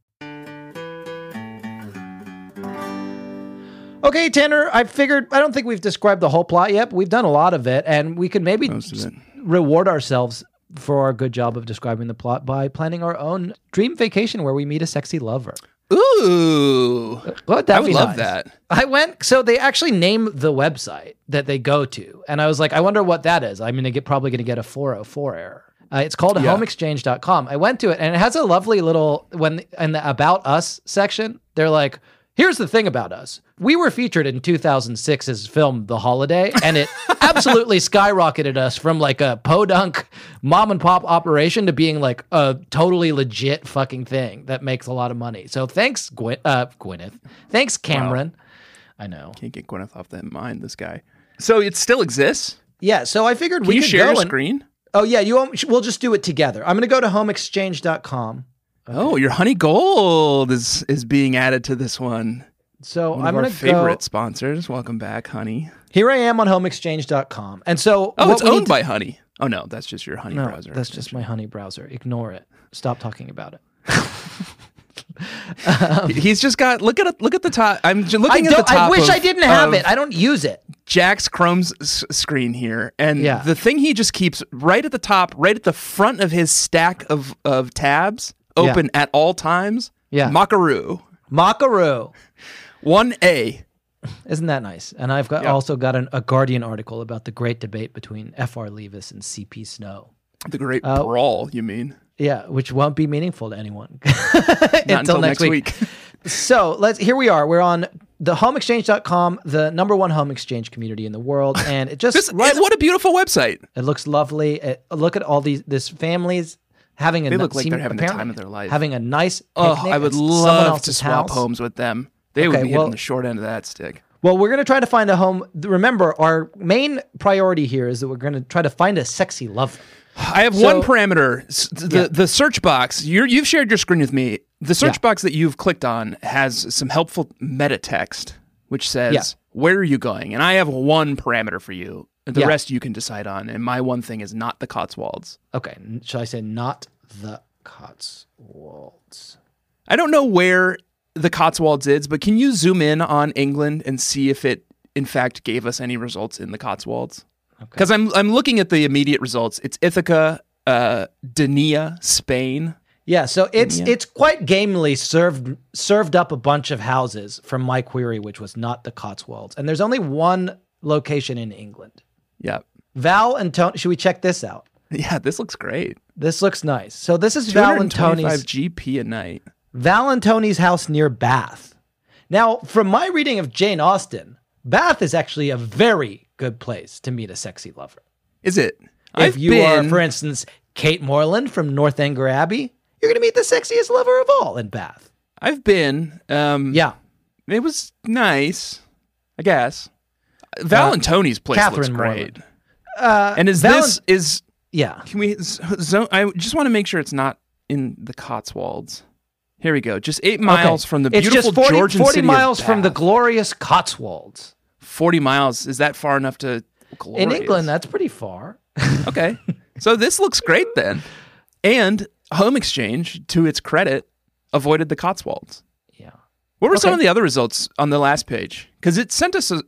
B: Okay, Tanner. I figured I don't think we've described the whole plot yet. But we've done a lot of it, and we can maybe
A: Most of
B: s-
A: it.
B: reward ourselves for our good job of describing the plot by planning our own dream vacation where we meet a sexy lover.
A: Ooh.
B: Well, that'd
A: I would
B: be
A: love
B: nice.
A: that.
B: I went, so they actually name the website that they go to. And I was like, I wonder what that is. I'm going to get probably going to get a 404 error. Uh, it's called
A: Yeah.
B: homeexchange.com. I went to it and it has a lovely little, when in the about us section, they're like, here's the thing about us. We were featured in 2006's film The Holiday, and it absolutely skyrocketed us from like a podunk mom and pop operation to being like a totally legit fucking thing that makes a lot of money. So thanks, Gwy- uh, Gwyneth. Thanks, Cameron. I know.
A: Can't get Gwyneth off that mind, this guy. So it still exists?
B: Yeah, so I figured
A: Can
B: we
A: you
B: could
A: share
B: go
A: your
B: and-
A: screen?
B: Oh yeah, you all- we'll just do it together. I'm going to go to homeexchange.com.
A: Oh, your honey gold is is being added to this one.
B: So
A: One
B: I'm
A: of
B: going
A: our
B: to
A: favorite
B: go
A: sponsors. Welcome back, honey.
B: Here I am on homeexchange.com. And so
A: Oh,
B: what
A: it's
B: we need
A: owned
B: to-
A: by Honey. Oh no, that's just your Honey
B: No,
A: browser.
B: that's just my honey browser. Ignore it. Stop talking about it.
A: He's just got look at look at the top. I'm j- looking at
B: I,
A: the
B: don't,
A: top.
B: I wish
A: of-
B: I didn't have
A: of
B: it. I don't use it.
A: Jack's Chrome's s- screen here, and
B: Yeah.
A: the thing he just keeps right at the top, right at the front of his stack of of tabs, open at all times.
B: Yeah.
A: Makaroo
B: Makaroo.
A: one A.
B: Isn't that nice? And I've got also got an, a Guardian article about the great debate between F.R. Leavis and C.P. Snow.
A: The Great
B: Uh,
A: Brawl. You mean
B: Yeah, which won't be meaningful to anyone
A: not until next week?
B: so let's here we are. We're on the homeexchange.com, the number one home exchange community in the world. And it just
A: This-
B: right,
A: what a beautiful website.
B: it looks lovely. It, look at all these this families having a
A: They
B: ni-
A: look like
B: seem-
A: they're having the
B: apparently
A: time of their life.
B: Having a nice
A: Oh,
B: picnic
A: I would
B: at someone
A: love to
B: else's
A: swap
B: house.
A: homes with them. They
B: Okay,
A: would be
B: well-
A: hitting the short end of that stick.
B: Well, we're gonna try to find a home. Remember, our main priority here is that we're gonna try to find a sexy lover.
A: I have
B: So-
A: one parameter. S- The
B: Yeah.
A: the search box. You're, you've shared your screen with me. The search
B: Yeah.
A: box that you've clicked on has some helpful meta text, which says
B: Yeah.
A: where are you going. And I have one parameter for you. The
B: Yeah.
A: rest you can decide on. And my one thing is not the Cotswolds.
B: Okay, n- shall I say not the Cotswolds?
A: I don't know where the Cotswolds is, but can you zoom in on England and see if it in fact gave us any results in the Cotswolds? Because I'm I'm looking at the immediate results. It's Ithaca, uh, Dania, Spain.
B: Yeah, so it's it's quite gamely served served up a bunch of houses from my query, which was not the Cotswolds, and there's only one location in England.
A: Yeah,
B: Val and Tony, should we check this out?
A: yeah. This looks great.
B: This looks nice. So this is Val and
A: 225
B: Tony's
A: GP a night.
B: Val and Tony's house near Bath. Now, from my reading of Jane Austen, Bath is actually a very good place to meet a sexy lover.
A: Is it?
B: if you are, for instance, Kate Moreland from Northanger Abbey, you're going to meet the sexiest lover of all in Bath.
A: I've been. Um,
B: Yeah.
A: it was nice, I guess. Val and Tony's place looks
B: Uh, Catherine Uh,
A: great.
B: Moreland.
A: and is
B: Val
A: this is
B: Yeah.
A: Can we? So I just want to make sure it's not in the Cotswolds. Here we go. Just eight miles
B: Okay.
A: from the
B: it's
A: beautiful
B: just 40,
A: Georgian
B: 40
A: city of
B: miles from the
A: Bath.
B: glorious Cotswolds.
A: Forty miles is that far enough to? Glorious.
B: In England, that's pretty far.
A: okay. So this looks great then. And Home Exchange, to its credit, avoided the Cotswolds.
B: Yeah.
A: What were some
B: Okay.
A: of the other results on the last page? Because it sent us a,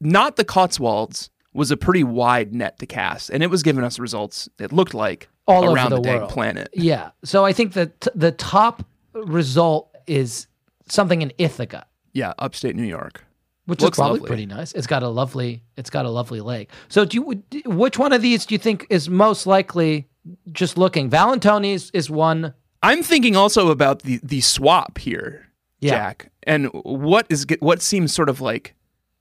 A: not the Cotswolds was a pretty wide net to cast, and it was giving us results. It looked like
B: All over
A: around
B: the
A: dang
B: world.
A: planet.
B: Yeah. So I think that t- the top result is something in Ithaca,
A: Yeah, upstate New York.
B: which
A: Looks
B: is probably
A: lovely.
B: pretty nice. It's got a lovely it's got a lovely lake. So do you would- d- which one of these do you think is most likely just looking? Valentoni's is one
A: I'm thinking also about the the swap here,
B: Yeah.
A: Jack, and what is ge- what seems sort of like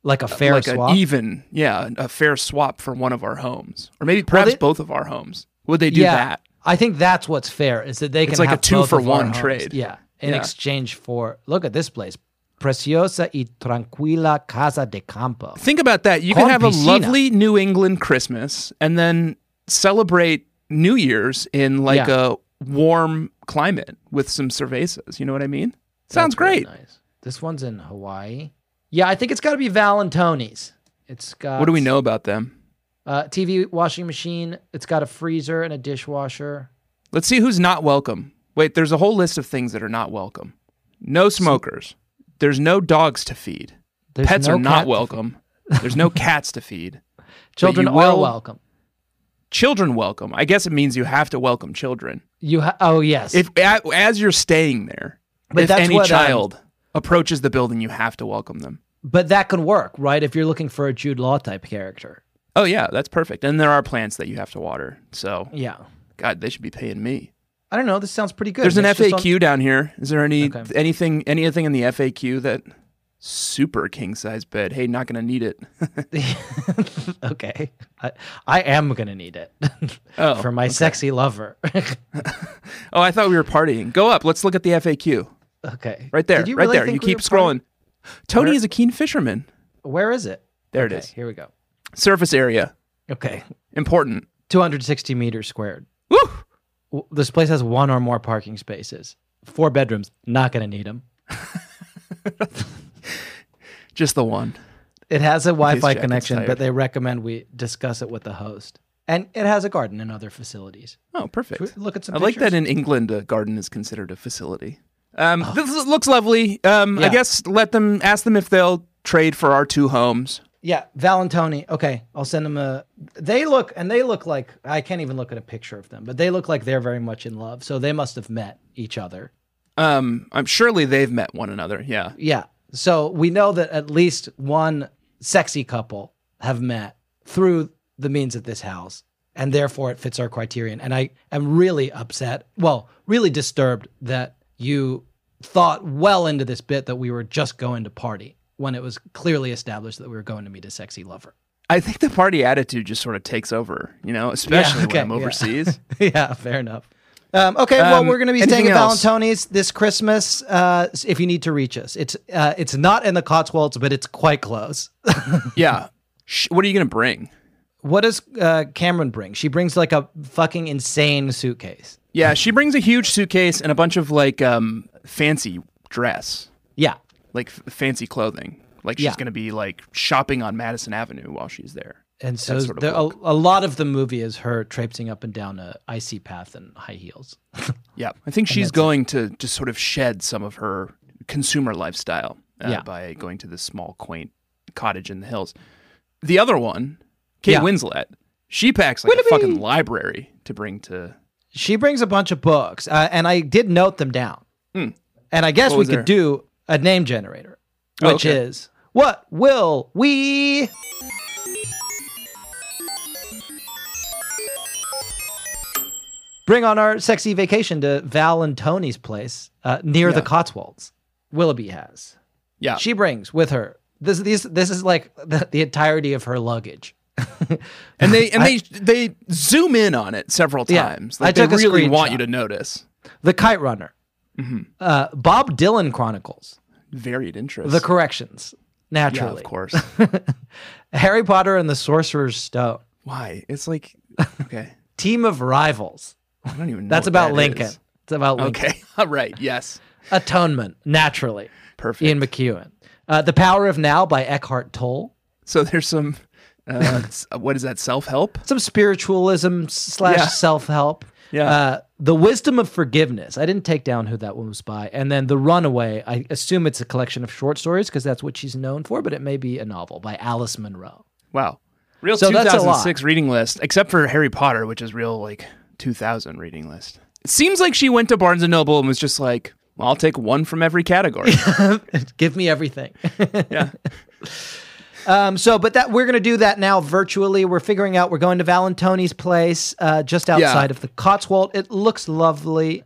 B: like a fair
A: like
B: swap.
A: an even, yeah, a fair swap for one of our homes, or maybe perhaps
B: they-
A: both of our homes. Would they do
B: yeah.
A: that?
B: I think that's what's fair is that they can
A: It's like a
B: have
A: two
B: both
A: for
B: of our
A: one
B: homes.
A: trade.
B: Yeah. In
A: Yeah.
B: exchange for look at this place. Preciosa y tranquila casa de campo.
A: Think about that. You
B: Con
A: could have a
B: piscina.
A: lovely New England Christmas and then celebrate New Year's in like
B: Yeah.
A: a warm climate with some cervezas. You know what I mean? Sounds
B: That's really
A: great.
B: Nice. This one's in Hawaii. Yeah, I think it's got to be Val and Tony's. It's got.
A: What do we know about them?
B: Uh, TV, washing machine. It's got a freezer and a dishwasher.
A: Let's see who's not welcome. Wait, there's a whole list of things that are not welcome. No smokers. There's no dogs to feed.
B: There's
A: Pets
B: no
A: are not
B: cat-
A: welcome. There's no cats to feed.
B: Children
A: you
B: are
A: will-
B: welcome.
A: Children welcome. I guess it means you have to welcome children.
B: You ha- oh yes.
A: If a- as you're staying there,
B: But
A: if
B: that's
A: any
B: what, um,
A: child approaches the building, you have to welcome them.
B: but that can work, right? If you're looking for a Jude Law type character.
A: Oh yeah, that's perfect. And there are plants that you have to water. So
B: Yeah.
A: God, they should be paying me.
B: I don't know. This sounds pretty good.
A: There's an
B: It's just on-
A: FAQ down here. Is there any
B: Okay.
A: anything anything in the FAQ that super king size bed? Hey, not gonna need it.
B: okay. I, I am going to need it
A: Oh,
B: for my sexy lover.
A: oh, I thought we were partying. Go up. Let's look at the FAQ
B: okay.
A: right there.
B: Did you
A: right
B: really
A: there. You
B: think we
A: keep
B: were part-
A: scrolling. Tony
B: Where-
A: is a keen fisherman.
B: Where is it?
A: There
B: Okay,
A: it is.
B: Here we go.
A: Surface area
B: Okay.
A: important.
B: 260 meters squared.
A: Woo!
B: W- This place has one or more parking spaces. Four bedrooms. Not going to need them.
A: Just the one.
B: It has a Wi-Fi
A: Jacket's
B: connection, but
A: tired.
B: they recommend we discuss it with the host. And it has a garden and other facilities.
A: Oh, perfect.
B: Should we look at some
A: I like that
B: pictures?
A: in England, a garden is considered a facility. Um, This is- looks lovely. Um, I
B: Yeah.
A: guess let them ask them if they'll trade for our two homes.
B: Yeah, Valentoni. Okay, I'll send them a. They look and they look like I can't even look at a picture of them, but they look like they're very much in love. So they must have met each other.
A: Um, I'm surely they've met one another. Yeah.
B: Yeah. So we know that at least one sexy couple have met through the means of this house, and therefore it fits our criterion. And I am really upset, well, really disturbed that you thought well into this bit that we were just going to party when it was clearly established that we were going to meet a sexy lover.
A: I think the party attitude just sort of takes over, you know, especially
B: okay,
A: when I'm
B: yeah.
A: overseas.
B: yeah, fair enough. Um, okay, well,
A: Um,
B: we're going to be
A: anything
B: staying at
A: else?
B: Valentoni's this Christmas. Uh, if you need to reach us, it's uh, it's not in the Cotswolds, but it's quite close.
A: yeah. Sh- what are you going to bring?
B: what does uh, Cameron bring? She brings like a fucking insane suitcase.
A: Yeah, she brings a huge suitcase and a bunch of like um, fancy dress,
B: Yeah,
A: like f- fancy clothing. Like she's
B: Yeah.
A: going to be like shopping on Madison Avenue while she's there.
B: and so
A: sort of
B: there, a,
A: look.
B: a lot of the movie is her traipsing up and down a icy path in high heels.
A: Yeah, I think she's going to just sort of shed some of her consumer lifestyle uh,
B: Yeah.
A: by going to this small, quaint cottage in the hills. The other one, Kate
B: Yeah.
A: Winslet, she packs like a fucking library to bring to.
B: She brings a bunch of books, uh, and I did note them down. And I guess
A: Hmm. What
B: we
A: was
B: could
A: there?
B: do a name generator,
A: Oh,
B: which
A: okay.
B: is what will we? Bring on our sexy vacation to Val and Tony's place uh, near the Cotswolds. Willoughby has.
A: Yeah,
B: She brings with her this. These. This is like the, the entirety of her luggage.
A: and they and they they zoom in on it several
B: Yeah,
A: times.
B: I
A: Like, they
B: took a
A: really want
B: screenshot.
A: you to notice.
B: The Kite Runner,
A: Mm-hmm.
B: uh, Bob Dylan Chronicles,
A: Varied interests.
B: The Corrections,
A: yeah,
B: naturally,
A: of course.
B: Harry Potter and the Sorcerer's Stone,
A: Why? It's like okay.
B: Team of Rivals.
A: I don't even. know
B: That's
A: what
B: about
A: Oh, that
B: Lincoln.
A: is.
B: It's about Lincoln.
A: Okay. All right. Yes.
B: Atonement, naturally.
A: Perfect.
B: Ian McEwan. Uh, the Power of Now by Eckhart Tolle.
A: so there's some. Uh, s- what is that? Self help.
B: Some spiritualism slash
A: Yeah.
B: self help.
A: Yeah.
B: Uh, the Wisdom of Forgiveness. I didn't take down who that one was by. And then The Runaway. I assume it's a collection of short stories because that's what she's known for, but it may be a novel by Alice Munro.
A: Wow. Real
B: So that's a lot.
A: 2006 reading list, except for Harry Potter, which is real like 2000 reading list. It seems like she went to Barnes and Noble and was just like, well, I'll take one from every category.
B: Give me everything.
A: yeah.
B: Um, so, but that we're gonna do that now virtually. We're figuring out. We're going to Valentoni's place, uh, just outside of the Cotswold. It looks lovely.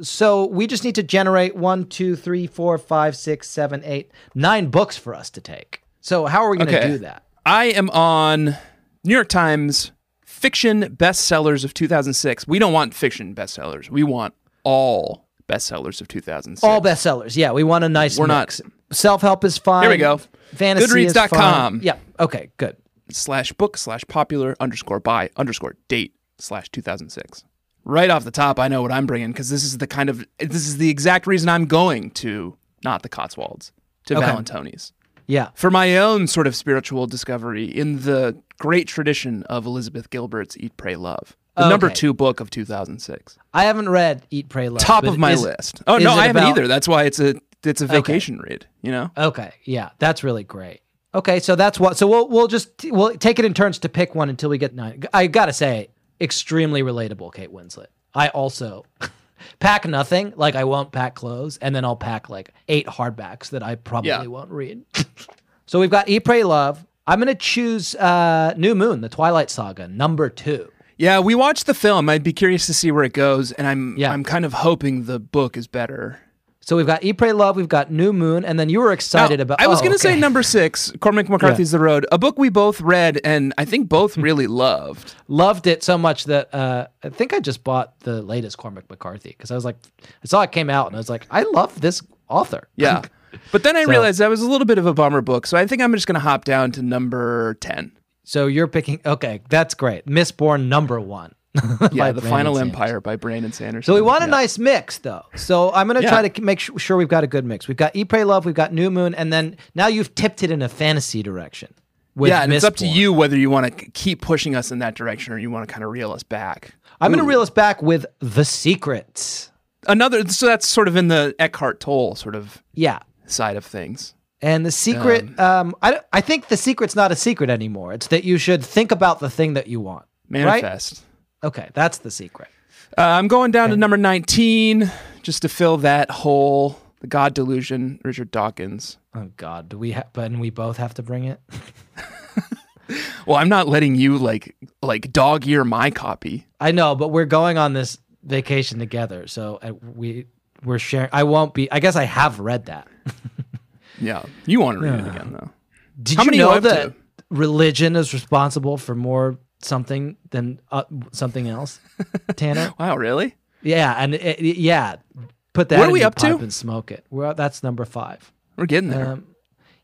B: So we just need to generate one, two, three, four, five, six, seven, eight, nine books for us to take. So how are we gonna
A: Okay.
B: do that?
A: I am on New York Times fiction bestsellers of 2006. We don't want fiction bestsellers. We want all bestsellers of 2006.
B: All bestsellers. Yeah, we want a nice.
A: We're not-
B: Self help is fine.
A: Here we go.
B: Fantasy is
A: Goodreads.com.
B: fine. Yeah. Okay. Good.
A: slash book slash popular underscore by underscore date slash 2006. right off the top, I know what I'm bringing because this is the kind of this is the exact reason I'm going to not the Cotswolds to
B: Okay.
A: Valentoni's
B: Yeah.
A: for my own sort of spiritual discovery in the great tradition of Elizabeth Gilbert's Eat, Pray, Love, the
B: Okay.
A: number two book of 2006.
B: I haven't read Eat, Pray, Love.
A: Top
B: but
A: of my
B: is-
A: list. Oh
B: is
A: no,
B: it
A: I haven't
B: about-
A: either. That's why it's a it's a vacation read. You know.
B: Okay. Yeah. That's really great. Okay. So that's what. So we'll we'll just we'll take it in turns to pick one until we get nine. I gotta say, extremely relatable, Kate Winslet. I also pack nothing. Like I won't pack clothes, and then I'll pack like eight hardbacks that I probably
A: Yeah.
B: won't read. so we've got Eat, Pray, Love. I'm gonna choose uh, New Moon, The Twilight Saga, number two.
A: Yeah, we watched the film. I'd be curious to see where it goes, and I'm
B: Yeah.
A: I'm kind of hoping the book is better.
B: So we've got Eat, Pray, Love. We've got New Moon, and then you were excited
A: Now,
B: about.
A: I was
B: oh,
A: going to say
B: okay.
A: number six, Cormac McCarthy's The Road, a book we both read and I think both really loved.
B: loved it so much that uh, I think I just bought the latest Cormac McCarthy because I was like, I saw it came out and I was like, I love this author.
A: Yeah. But then I realized that was a little bit of a bummer book, so I think I'm just going to hop down to number 10.
B: So you're picking, okay, that's great. Misborn number one.
A: Yeah, The
B: by Brandon
A: Final
B: Sanderson.
A: Empire by Brandon Sanderson.
B: So we want a
A: Yeah.
B: nice mix though. So I'm going to
A: Yeah.
B: try to k- make su- sure we've got a good mix. We've got Eat, Pray, Love, we've got New Moon, and then now you've tipped it in a fantasy direction. With
A: Yeah, and it's up to
B: Mistborn.
A: you whether you want to keep pushing us in that direction or you want to kind of reel us back.
B: I'm going to reel us back with The Secret.
A: Another, so that's sort of in the Eckhart Tolle sort of
B: Yeah.
A: side of things.
B: And the secret, um, I, don't- I think the secret's not a secret anymore. It's that you should think about the thing that you want. Right?
A: Manifest.
B: Okay, that's the secret.
A: Uh, I'm going down to number 19 just to fill that hole. The God Delusion, Richard Dawkins.
B: Oh God, do we have? But we both have to bring it.
A: Well, I'm not letting you like like dog ear my copy.
B: I know, but we're going on this vacation together, so uh, we we're sharing. I won't be. I guess I have read that.
A: Yeah, you want to read it again though.
B: Did
A: How
B: you
A: many you
B: know
A: up
B: that
A: to?
B: religion is responsible for more something than uh, something else, Tanner?
A: Wow, really?
B: yeah, and it, it- yeah, put that.
A: What are
B: in
A: we
B: your
A: up to?
B: pipe and smoke it. Well, that's number five.
A: We're getting there.
B: Um,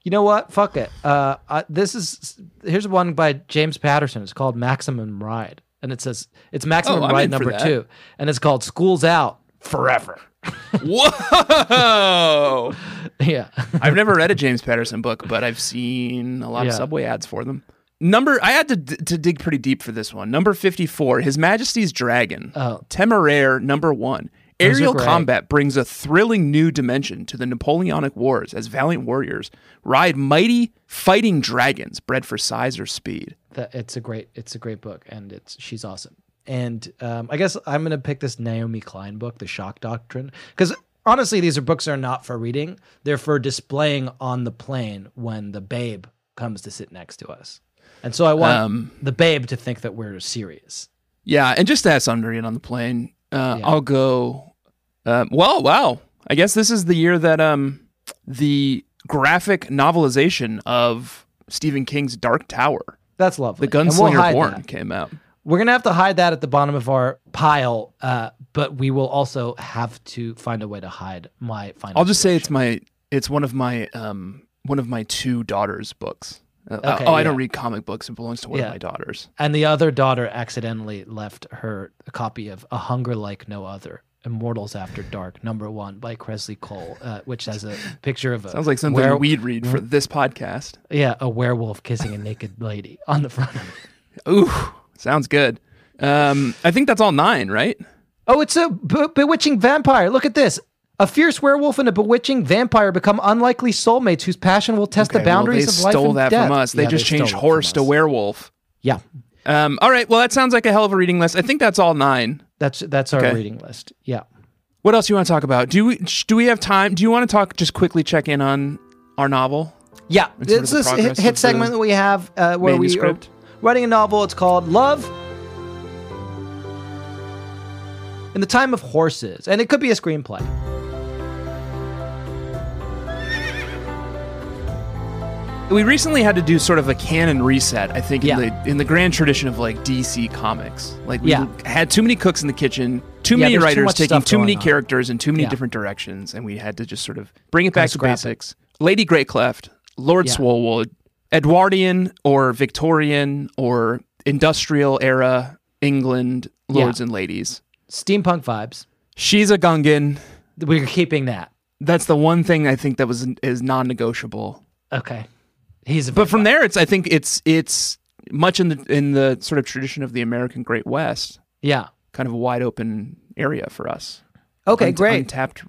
B: you know what? Fuck it. Uh, I, this is here's one by James Patterson. It's called Maximum Ride, and it says it's Maximum
A: Oh, I'm
B: Ride
A: in for
B: number
A: that.
B: two, and it's called School's Out Forever.
A: Whoa!
B: yeah,
A: I've never read a James Patterson book, but I've seen a lot of
B: Yeah.
A: subway ads for them. Number I had to d- to dig pretty deep for this one. Number 54, His Majesty's Dragon.
B: Oh.
A: Temeraire number 1.
B: Those are
A: Aerial
B: great.
A: combat brings a thrilling new dimension to the Napoleonic Wars as valiant warriors ride mighty fighting dragons bred for size or speed.
B: that, it's a great it's a great book, and it's she's awesome. And um, I guess I'm gonna pick this Naomi Klein book, The Shock Doctrine, because honestly, these are books that are not for reading; they're for displaying on the plane when the babe comes to sit next to us. And so I want
A: Um,
B: the babe to think that we're serious.
A: Yeah, and just to have something to read on the plane, uh, I'll go. Uh, well, wow. I guess this is the year that um, the graphic novelization of Stephen King's Dark Tower,
B: That's lovely.
A: The
B: And we'll
A: Gunslinger
B: hide
A: Born,
B: that.
A: came out.
B: We're gonna have to hide that at the bottom of our pile, uh, but we will also have to find a way to hide my final.
A: I'll just say it's my it's one of my um one of my two daughters' books. Uh,
B: Okay,
A: oh, I don't
B: yeah.
A: read comic books. It belongs to one
B: Yeah.
A: of my daughters.
B: and the other daughter accidentally left her a copy of A Hunger Like No Other. Immortals After Dark, number one by Cresley Cole, uh, which has a picture of a
A: Sounds like something
B: were-
A: we'd read
B: Mm-hmm.
A: for this podcast.
B: yeah a werewolf kissing a naked lady on the front. of it.
A: Ooh, sounds good. Um, I think that's all nine, right?
B: Oh, it's a be- bewitching vampire. Look at this. A fierce werewolf and a bewitching vampire become unlikely soulmates whose passion will test
A: Okay,
B: the boundaries
A: well, they
B: of life
A: stole
B: and
A: that
B: death.
A: from us. They
B: Yeah,
A: just
B: stole
A: changed
B: it from
A: horse to
B: us.
A: werewolf.
B: Yeah,
A: Um, all right. Well, that sounds like a hell of a reading list. I think that's all nine.
B: that's that's our
A: Okay.
B: reading list. Yeah.
A: What else do you want to talk about? Do we sh- do we have time? Do you want to talk? Just quickly check in on our novel.
B: Yeah,
A: sort of
B: it's
A: the
B: this hit,
A: progress
B: hit
A: of
B: segment
A: the
B: that we have uh, where we are
A: manuscript.
B: writing a novel. It's called Love in the Time of Horses, and it could be a screenplay.
A: We recently had to do sort of a canon reset. I think
B: Yeah.
A: in the in the grand tradition of like DC comics, like we
B: Yeah.
A: had too many cooks in the kitchen, too
B: Yeah,
A: many
B: there's too
A: writers
B: much
A: taking
B: stuff
A: too many
B: going on.
A: characters in too many
B: Yeah.
A: different directions, and we had to just sort of bring it back to
B: scrap it.
A: basics. Lady Greatcleft, Lord
B: Yeah.
A: Swalwood, Edwardian or Victorian or industrial era England lords
B: Yeah.
A: and ladies.
B: steampunk vibes.
A: She's a Gungan.
B: We're keeping that.
A: That's the one thing I think that was is non-negotiable.
B: Okay. He's a
A: But from there, it's I think it's it's much in the in the sort of tradition of the American Great West,
B: yeah.
A: kind of a wide open area for us.
B: Okay,
A: Unt-
B: great.
A: Untapped,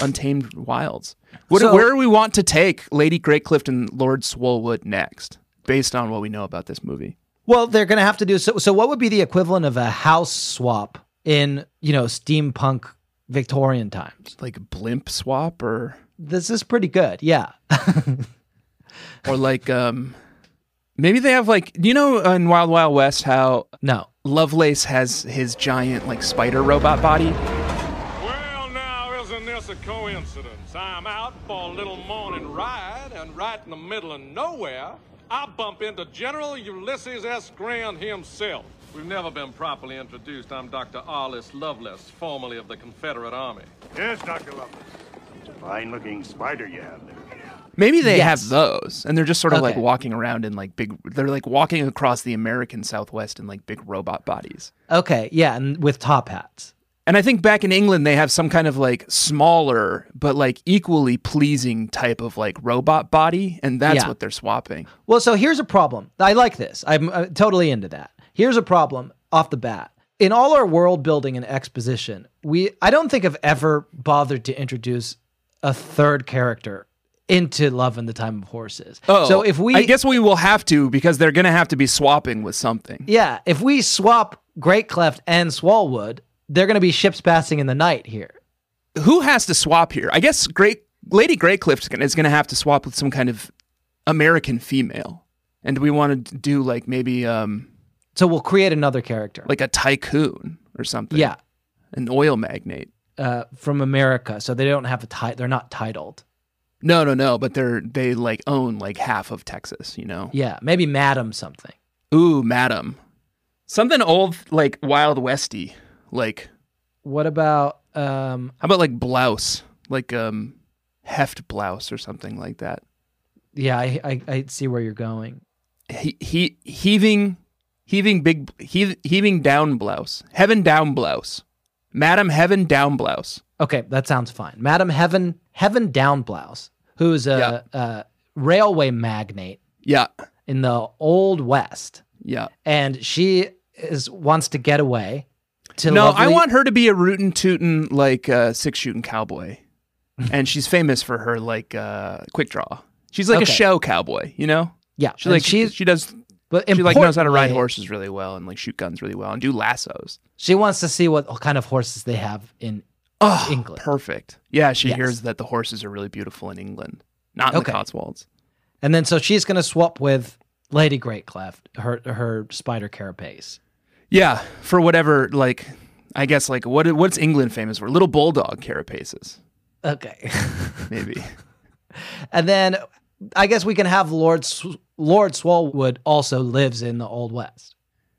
A: untamed wilds. What,
B: So-
A: where do we want to take Lady Greatclift and Lord Swolwood next, based on what we know about this movie?
B: Well, they're going to have to do so. So, what would be the equivalent of a house swap in you know steampunk Victorian times?
A: Like a blimp swap, or
B: This is pretty good. Yeah,
A: or like um, maybe they have like you know in Wild Wild West how
B: no,
A: Lovelace has his giant like spider robot body.
F: Well, now, isn't this a coincidence? I'm out for a little morning ride, and right in the middle of nowhere, I bump into General Ulysses S. Grant himself. We've never been properly introduced. I'm Dr. Arliss Lovelace, formerly of the Confederate Army.
G: Yes, Dr. Lovelace. Fine looking spider you have there.
A: Maybe they
B: Yes.
A: have those, and they're just sort of like
B: Okay.
A: walking around in like big. They're like walking across the American Southwest in like big robot bodies.
B: okay, yeah, and with top hats.
A: And I think back in England, they have some kind of like smaller, but like equally pleasing type of like robot body. And that's
B: Yeah.
A: what they're swapping.
B: Well, so here's a problem. I like this. I'm uh, totally into that. Here's a problem off the bat. In all our world building and exposition, we I don't think I've ever bothered to introduce a third character into Love in the Time of Horses. so if we
A: Oh, I guess we will have to because they're going to have to be swapping with something.
B: Yeah, if we swap Great Cleft and Swalwood, they're going to be ships passing in the night here.
A: Who has to swap here? I guess Great Lady Greyclift is going to have to swap with some kind of American female. And we want to do like maybe um
B: So we'll create another character.
A: like a tycoon or something.
B: yeah,
A: An oil magnate.
B: uh, from America. So they don't have a title. They're not titled.
A: No, no, no, but they're they like own like half of Texas, you know.
B: Yeah, maybe Madam something.
A: Ooh, madam. Something old like Wild Westy. Like
B: What about um,
A: how about like blouse? Like um heft blouse or something like that.
B: yeah, I, I I see where you're going.
A: He, he heaving heaving big he, heaving down blouse. Heaven down blouse. Madam heaven down blouse.
B: Okay, that sounds fine. Madam Heaven Heaven Downblouse, who's a, a railway magnate
A: Yeah.
B: in the old west,
A: Yeah.
B: and she is wants to get away. To
A: No, I
B: lovely-
A: want her to be a rootin' tootin' like uh, six shooting cowboy. and she's famous for her like uh, quick draw. She's like
B: Okay.
A: a show cowboy, you know?
B: yeah.
A: She
B: and
A: like she, she does
B: But
A: She like knows how to ride
B: importantly,
A: horses really well and like shoot guns really well and do lassos.
B: She wants to see what kind of horses they have in
A: Oh,
B: England.
A: perfect. Yeah, she
B: Yes.
A: hears that the horses are really beautiful in England, not in the
B: Okay.
A: Cotswolds.
B: And then so she's going to swap with Lady Greatcleft, her her spider carapace.
A: Yeah, for whatever like, I guess like what what's England famous for? Little bulldog carapaces,
B: Okay.
A: maybe.
B: and then I guess we can have Lord Sw- Lord Swalwood also lives in the Old West.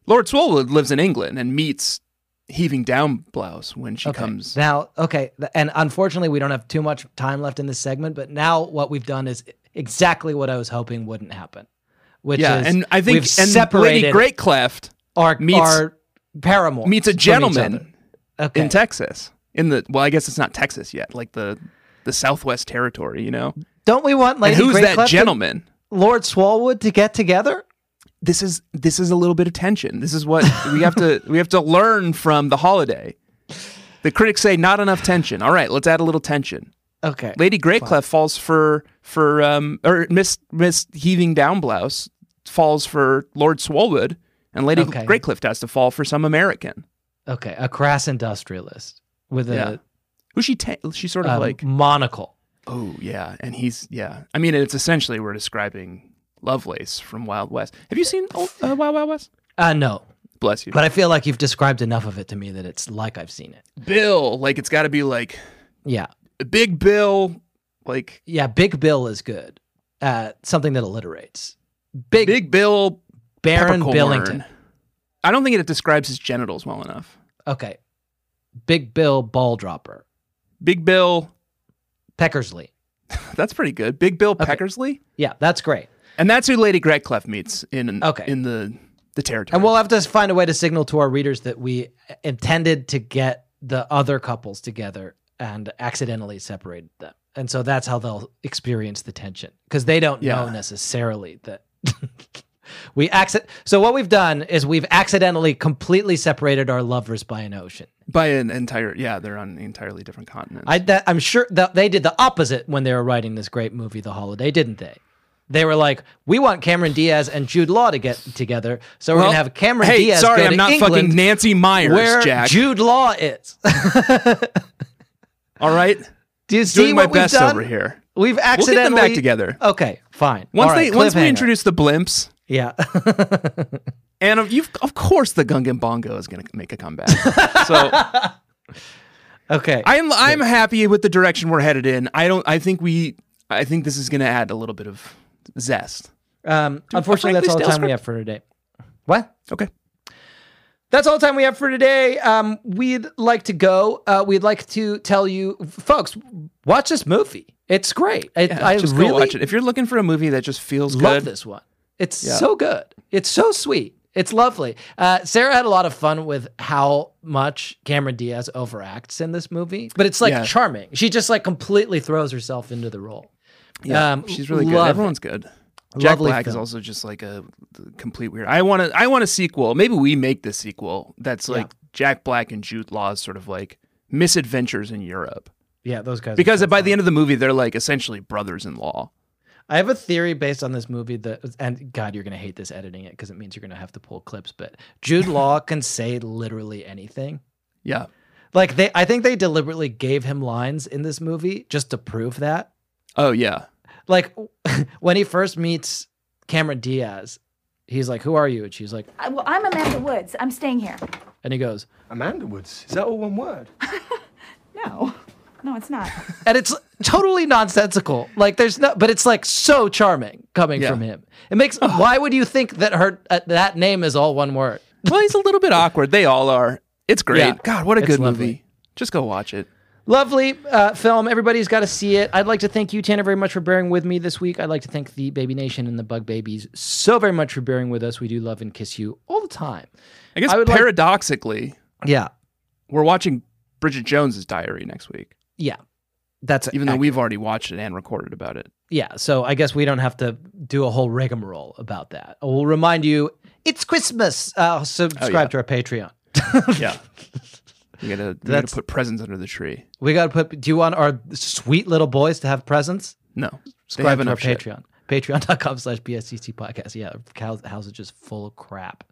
A: Lord Swalwood lives in England and meets heaving down blouse when she
B: Okay.
A: comes.
B: Now, okay, th- and unfortunately we don't have too much time left in this segment, but now what we've done is exactly what I was hoping wouldn't happen, which
A: yeah,
B: is
A: and I think
B: we've
A: and Lady
B: separated
A: Greatcleft
B: our,
A: meets-
B: our paramour
A: meets a gentleman
B: okay.
A: in Texas. In the well, I guess it's not Texas yet, like the the Southwest Territory, you know.
B: Don't we want Lady
A: and who's
B: Greatcleft
A: that
B: and
A: gentleman?
B: Lord Swalwood to get together?
A: this is this is a little bit of tension. This is what we have to we have to learn from the holiday. The critics say not enough tension. All right, let's add a little tension.
B: Okay.
A: Lady Greatcleft falls for for um or Miss Miss Heaving Down Blouse falls for Lord Swolwood, and Lady
B: Okay.
A: Greatcleft has to fall for some American
B: Okay. A crass industrialist with a
A: Yeah. who she ta- she sort of
B: um,
A: like
B: monocle.
A: oh yeah, and he's yeah. I mean, it's essentially we're describing Lovelace from Wild West. Have you seen oh, uh, Wild Wild West?
B: Uh, no,
A: Bless you.
B: but I feel like you've described enough of it to me that it's like I've seen it.
A: Bill, like it's got to be like
B: Yeah.
A: Big Bill, like
B: Yeah. Big Bill is good. Uh, something that alliterates. Big,
A: Big Bill
B: Baron
A: Peppercorn.
B: Billington.
A: I don't think it describes his genitals well enough.
B: Okay. Big Bill Ball Dropper.
A: Big Bill,
B: Peckersley.
A: that's pretty good. Big Bill Peckersley,
B: Yeah. That's great.
A: and that's who Lady Gretclef meets in
B: Okay.
A: in the the territory.
B: And we'll have to find a way to signal to our readers that we intended to get the other couples together and accidentally separated them. And so that's how they'll experience the tension because they don't know
A: Yeah.
B: necessarily that we accident. So what we've done is we've accidentally completely separated our lovers by an ocean.
A: by an entire yeah they're on an entirely different continent
B: I that, I'm sure that they did the opposite when they were writing this great movie, The Holiday, didn't they? They were like, we want Cameron Diaz and Jude Law to get together, so we're
A: Well,
B: gonna have Cameron
A: hey
B: Diaz.
A: sorry
B: go to
A: i'm not
B: England
A: fucking nancy myers
B: where
A: jack
B: Jude Law is.
A: all right
B: Do you see
A: doing my
B: what we've
A: best
B: done?
A: over here we'll
B: We've
A: get
B: accidentally
A: them back together
B: Okay, fine.
A: once
B: All right,
A: they once we
B: cliffhanger.
A: introduce the blimps
B: yeah,
A: and of, you've, of course the gungan bongo is going to make a comeback so
B: okay.
A: i'm i'm happy with the direction we're headed in i don't i think we i think this is going to add a little bit of zest
B: um, unfortunately, that's
A: frankly,
B: all the
A: stale
B: time we
A: script.
B: have for today. What?
A: okay
B: That's all the time we have for today. Um, we'd like to go. Uh, we'd like to tell you, folks, watch this movie. It's great. I,
A: Yeah,
B: I
A: just
B: really
A: go watch it if you're looking for a movie that just feels
B: love
A: good
B: this one. It's so good. It's so sweet. It's lovely. Uh, Sarah had a lot of fun with how much Cameron Diaz overacts in this movie, but it's like
A: Yeah.
B: charming. She just like completely throws herself into the role.
A: Yeah,
B: Um,
A: she's really good.
B: love it.
A: Everyone's good. Jack
B: Lovely
A: Black is
B: film.
A: also just like a complete weird. I want to. I want a sequel. Maybe we make the sequel that's like Jack Black and Jude Law's sort of like misadventures in Europe.
B: Yeah, those guys. are
A: Because
B: so
A: by the end of the movie, they're like essentially brothers in law.
B: I have a theory based on this movie that, and God, you're gonna hate this editing it because it means you're gonna have to pull clips. But Jude Law can say literally anything.
A: Yeah,
B: Like they, I think they deliberately gave him lines in this movie just to prove that.
A: Oh yeah,
B: Like when he first meets Cameron Diaz, he's like, "Who are you?" And she's like,
H: I, Uh, well, I'm Amanda Woods. I'm staying here.
B: and he goes,
E: Amanda Woods. Is that all one word?
H: No. No, it's not.
B: and it's totally nonsensical. Like there's no, but it's like so charming coming
A: Yeah. Oh.
B: from him. It makes. why would you think that her uh, that name is all one word?
A: well, he's a little bit awkward. They all are. It's great.
B: Yeah.
A: God, what a
B: It's
A: good
B: lovely.
A: movie. Just go watch it.
B: Lovely uh, film. Everybody's got to see it. I'd like to thank you, Tanner, very much for bearing with me this week. I'd like to thank the Baby Nation and the Bug Babies so very much for bearing with us. We do love and kiss you all the time.
A: I guess
B: I would like-
A: paradoxically,
B: Yeah.
A: we're watching Bridget Jones's Diary next week,
B: Yeah. That's
A: even though we've already watched it and recorded about it.
B: Yeah. So I guess we don't have to do a whole rigmarole about that. We'll remind you it's Christmas. Uh, subscribe
A: yeah.
B: to our Patreon.
A: Yeah. You gotta, you gotta
B: That's-
A: put presents under the tree.
B: We got to put, do you want our sweet little boys to have presents?
A: No. they
B: subscribe
A: have
B: to our
A: enough shit.
B: Patreon. Patreon.com slash BSCC podcast. Yeah, cows, house is just full of crap.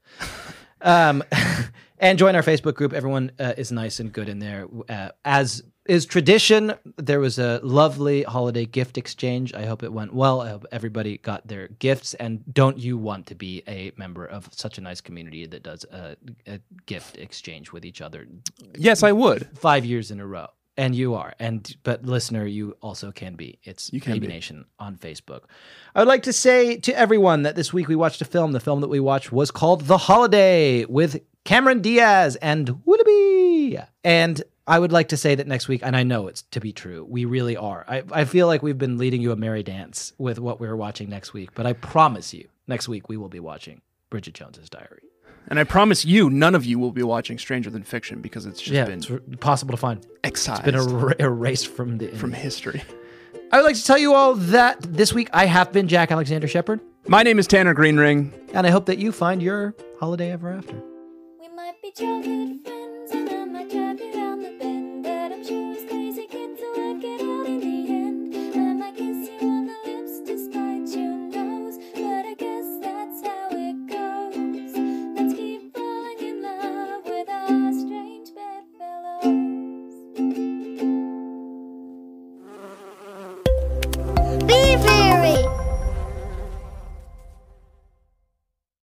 B: um, and join our Facebook group. Everyone uh, is nice and good in there. Uh, as is tradition, there was a lovely holiday gift exchange. I hope it went well. I hope everybody got their gifts. And don't you want to be a member of such a nice community that does a, a gift exchange with each other
A: Yes, I would.
B: five years in a row. And you are. And but listener, you also can be. It's
A: You can
B: Baby
A: be.
B: Nation on Facebook. I would like to say to everyone that this week we watched a film. The film that we watched was called The Holiday with Cameron Diaz and Willoughby. And I would like to say that next week, and I know it's to be true, we really are. I, I feel like we've been leading you a merry dance with what we're watching next week, but I promise you, next week we will be watching Bridget Jones's Diary.
A: And I promise you, none of you will be watching Stranger Than Fiction because it's just
B: yeah,
A: been
B: it's r- possible to find.
A: excised
B: Been er- erased from the
A: from history.
B: I would like to tell you all that this week I have been Jack Alexander Shepard,
A: My name is Tanner Greenring.
B: and I hope that you find your holiday ever after.
C: We might be childhood friends, and I might drive you round the bend. But I'm sure it's crazy kid to work it out in the end. I might kiss you on the lips despite your nose. But I guess that's how it goes. Let's keep falling in love with our strange bedfellows.
I: Be very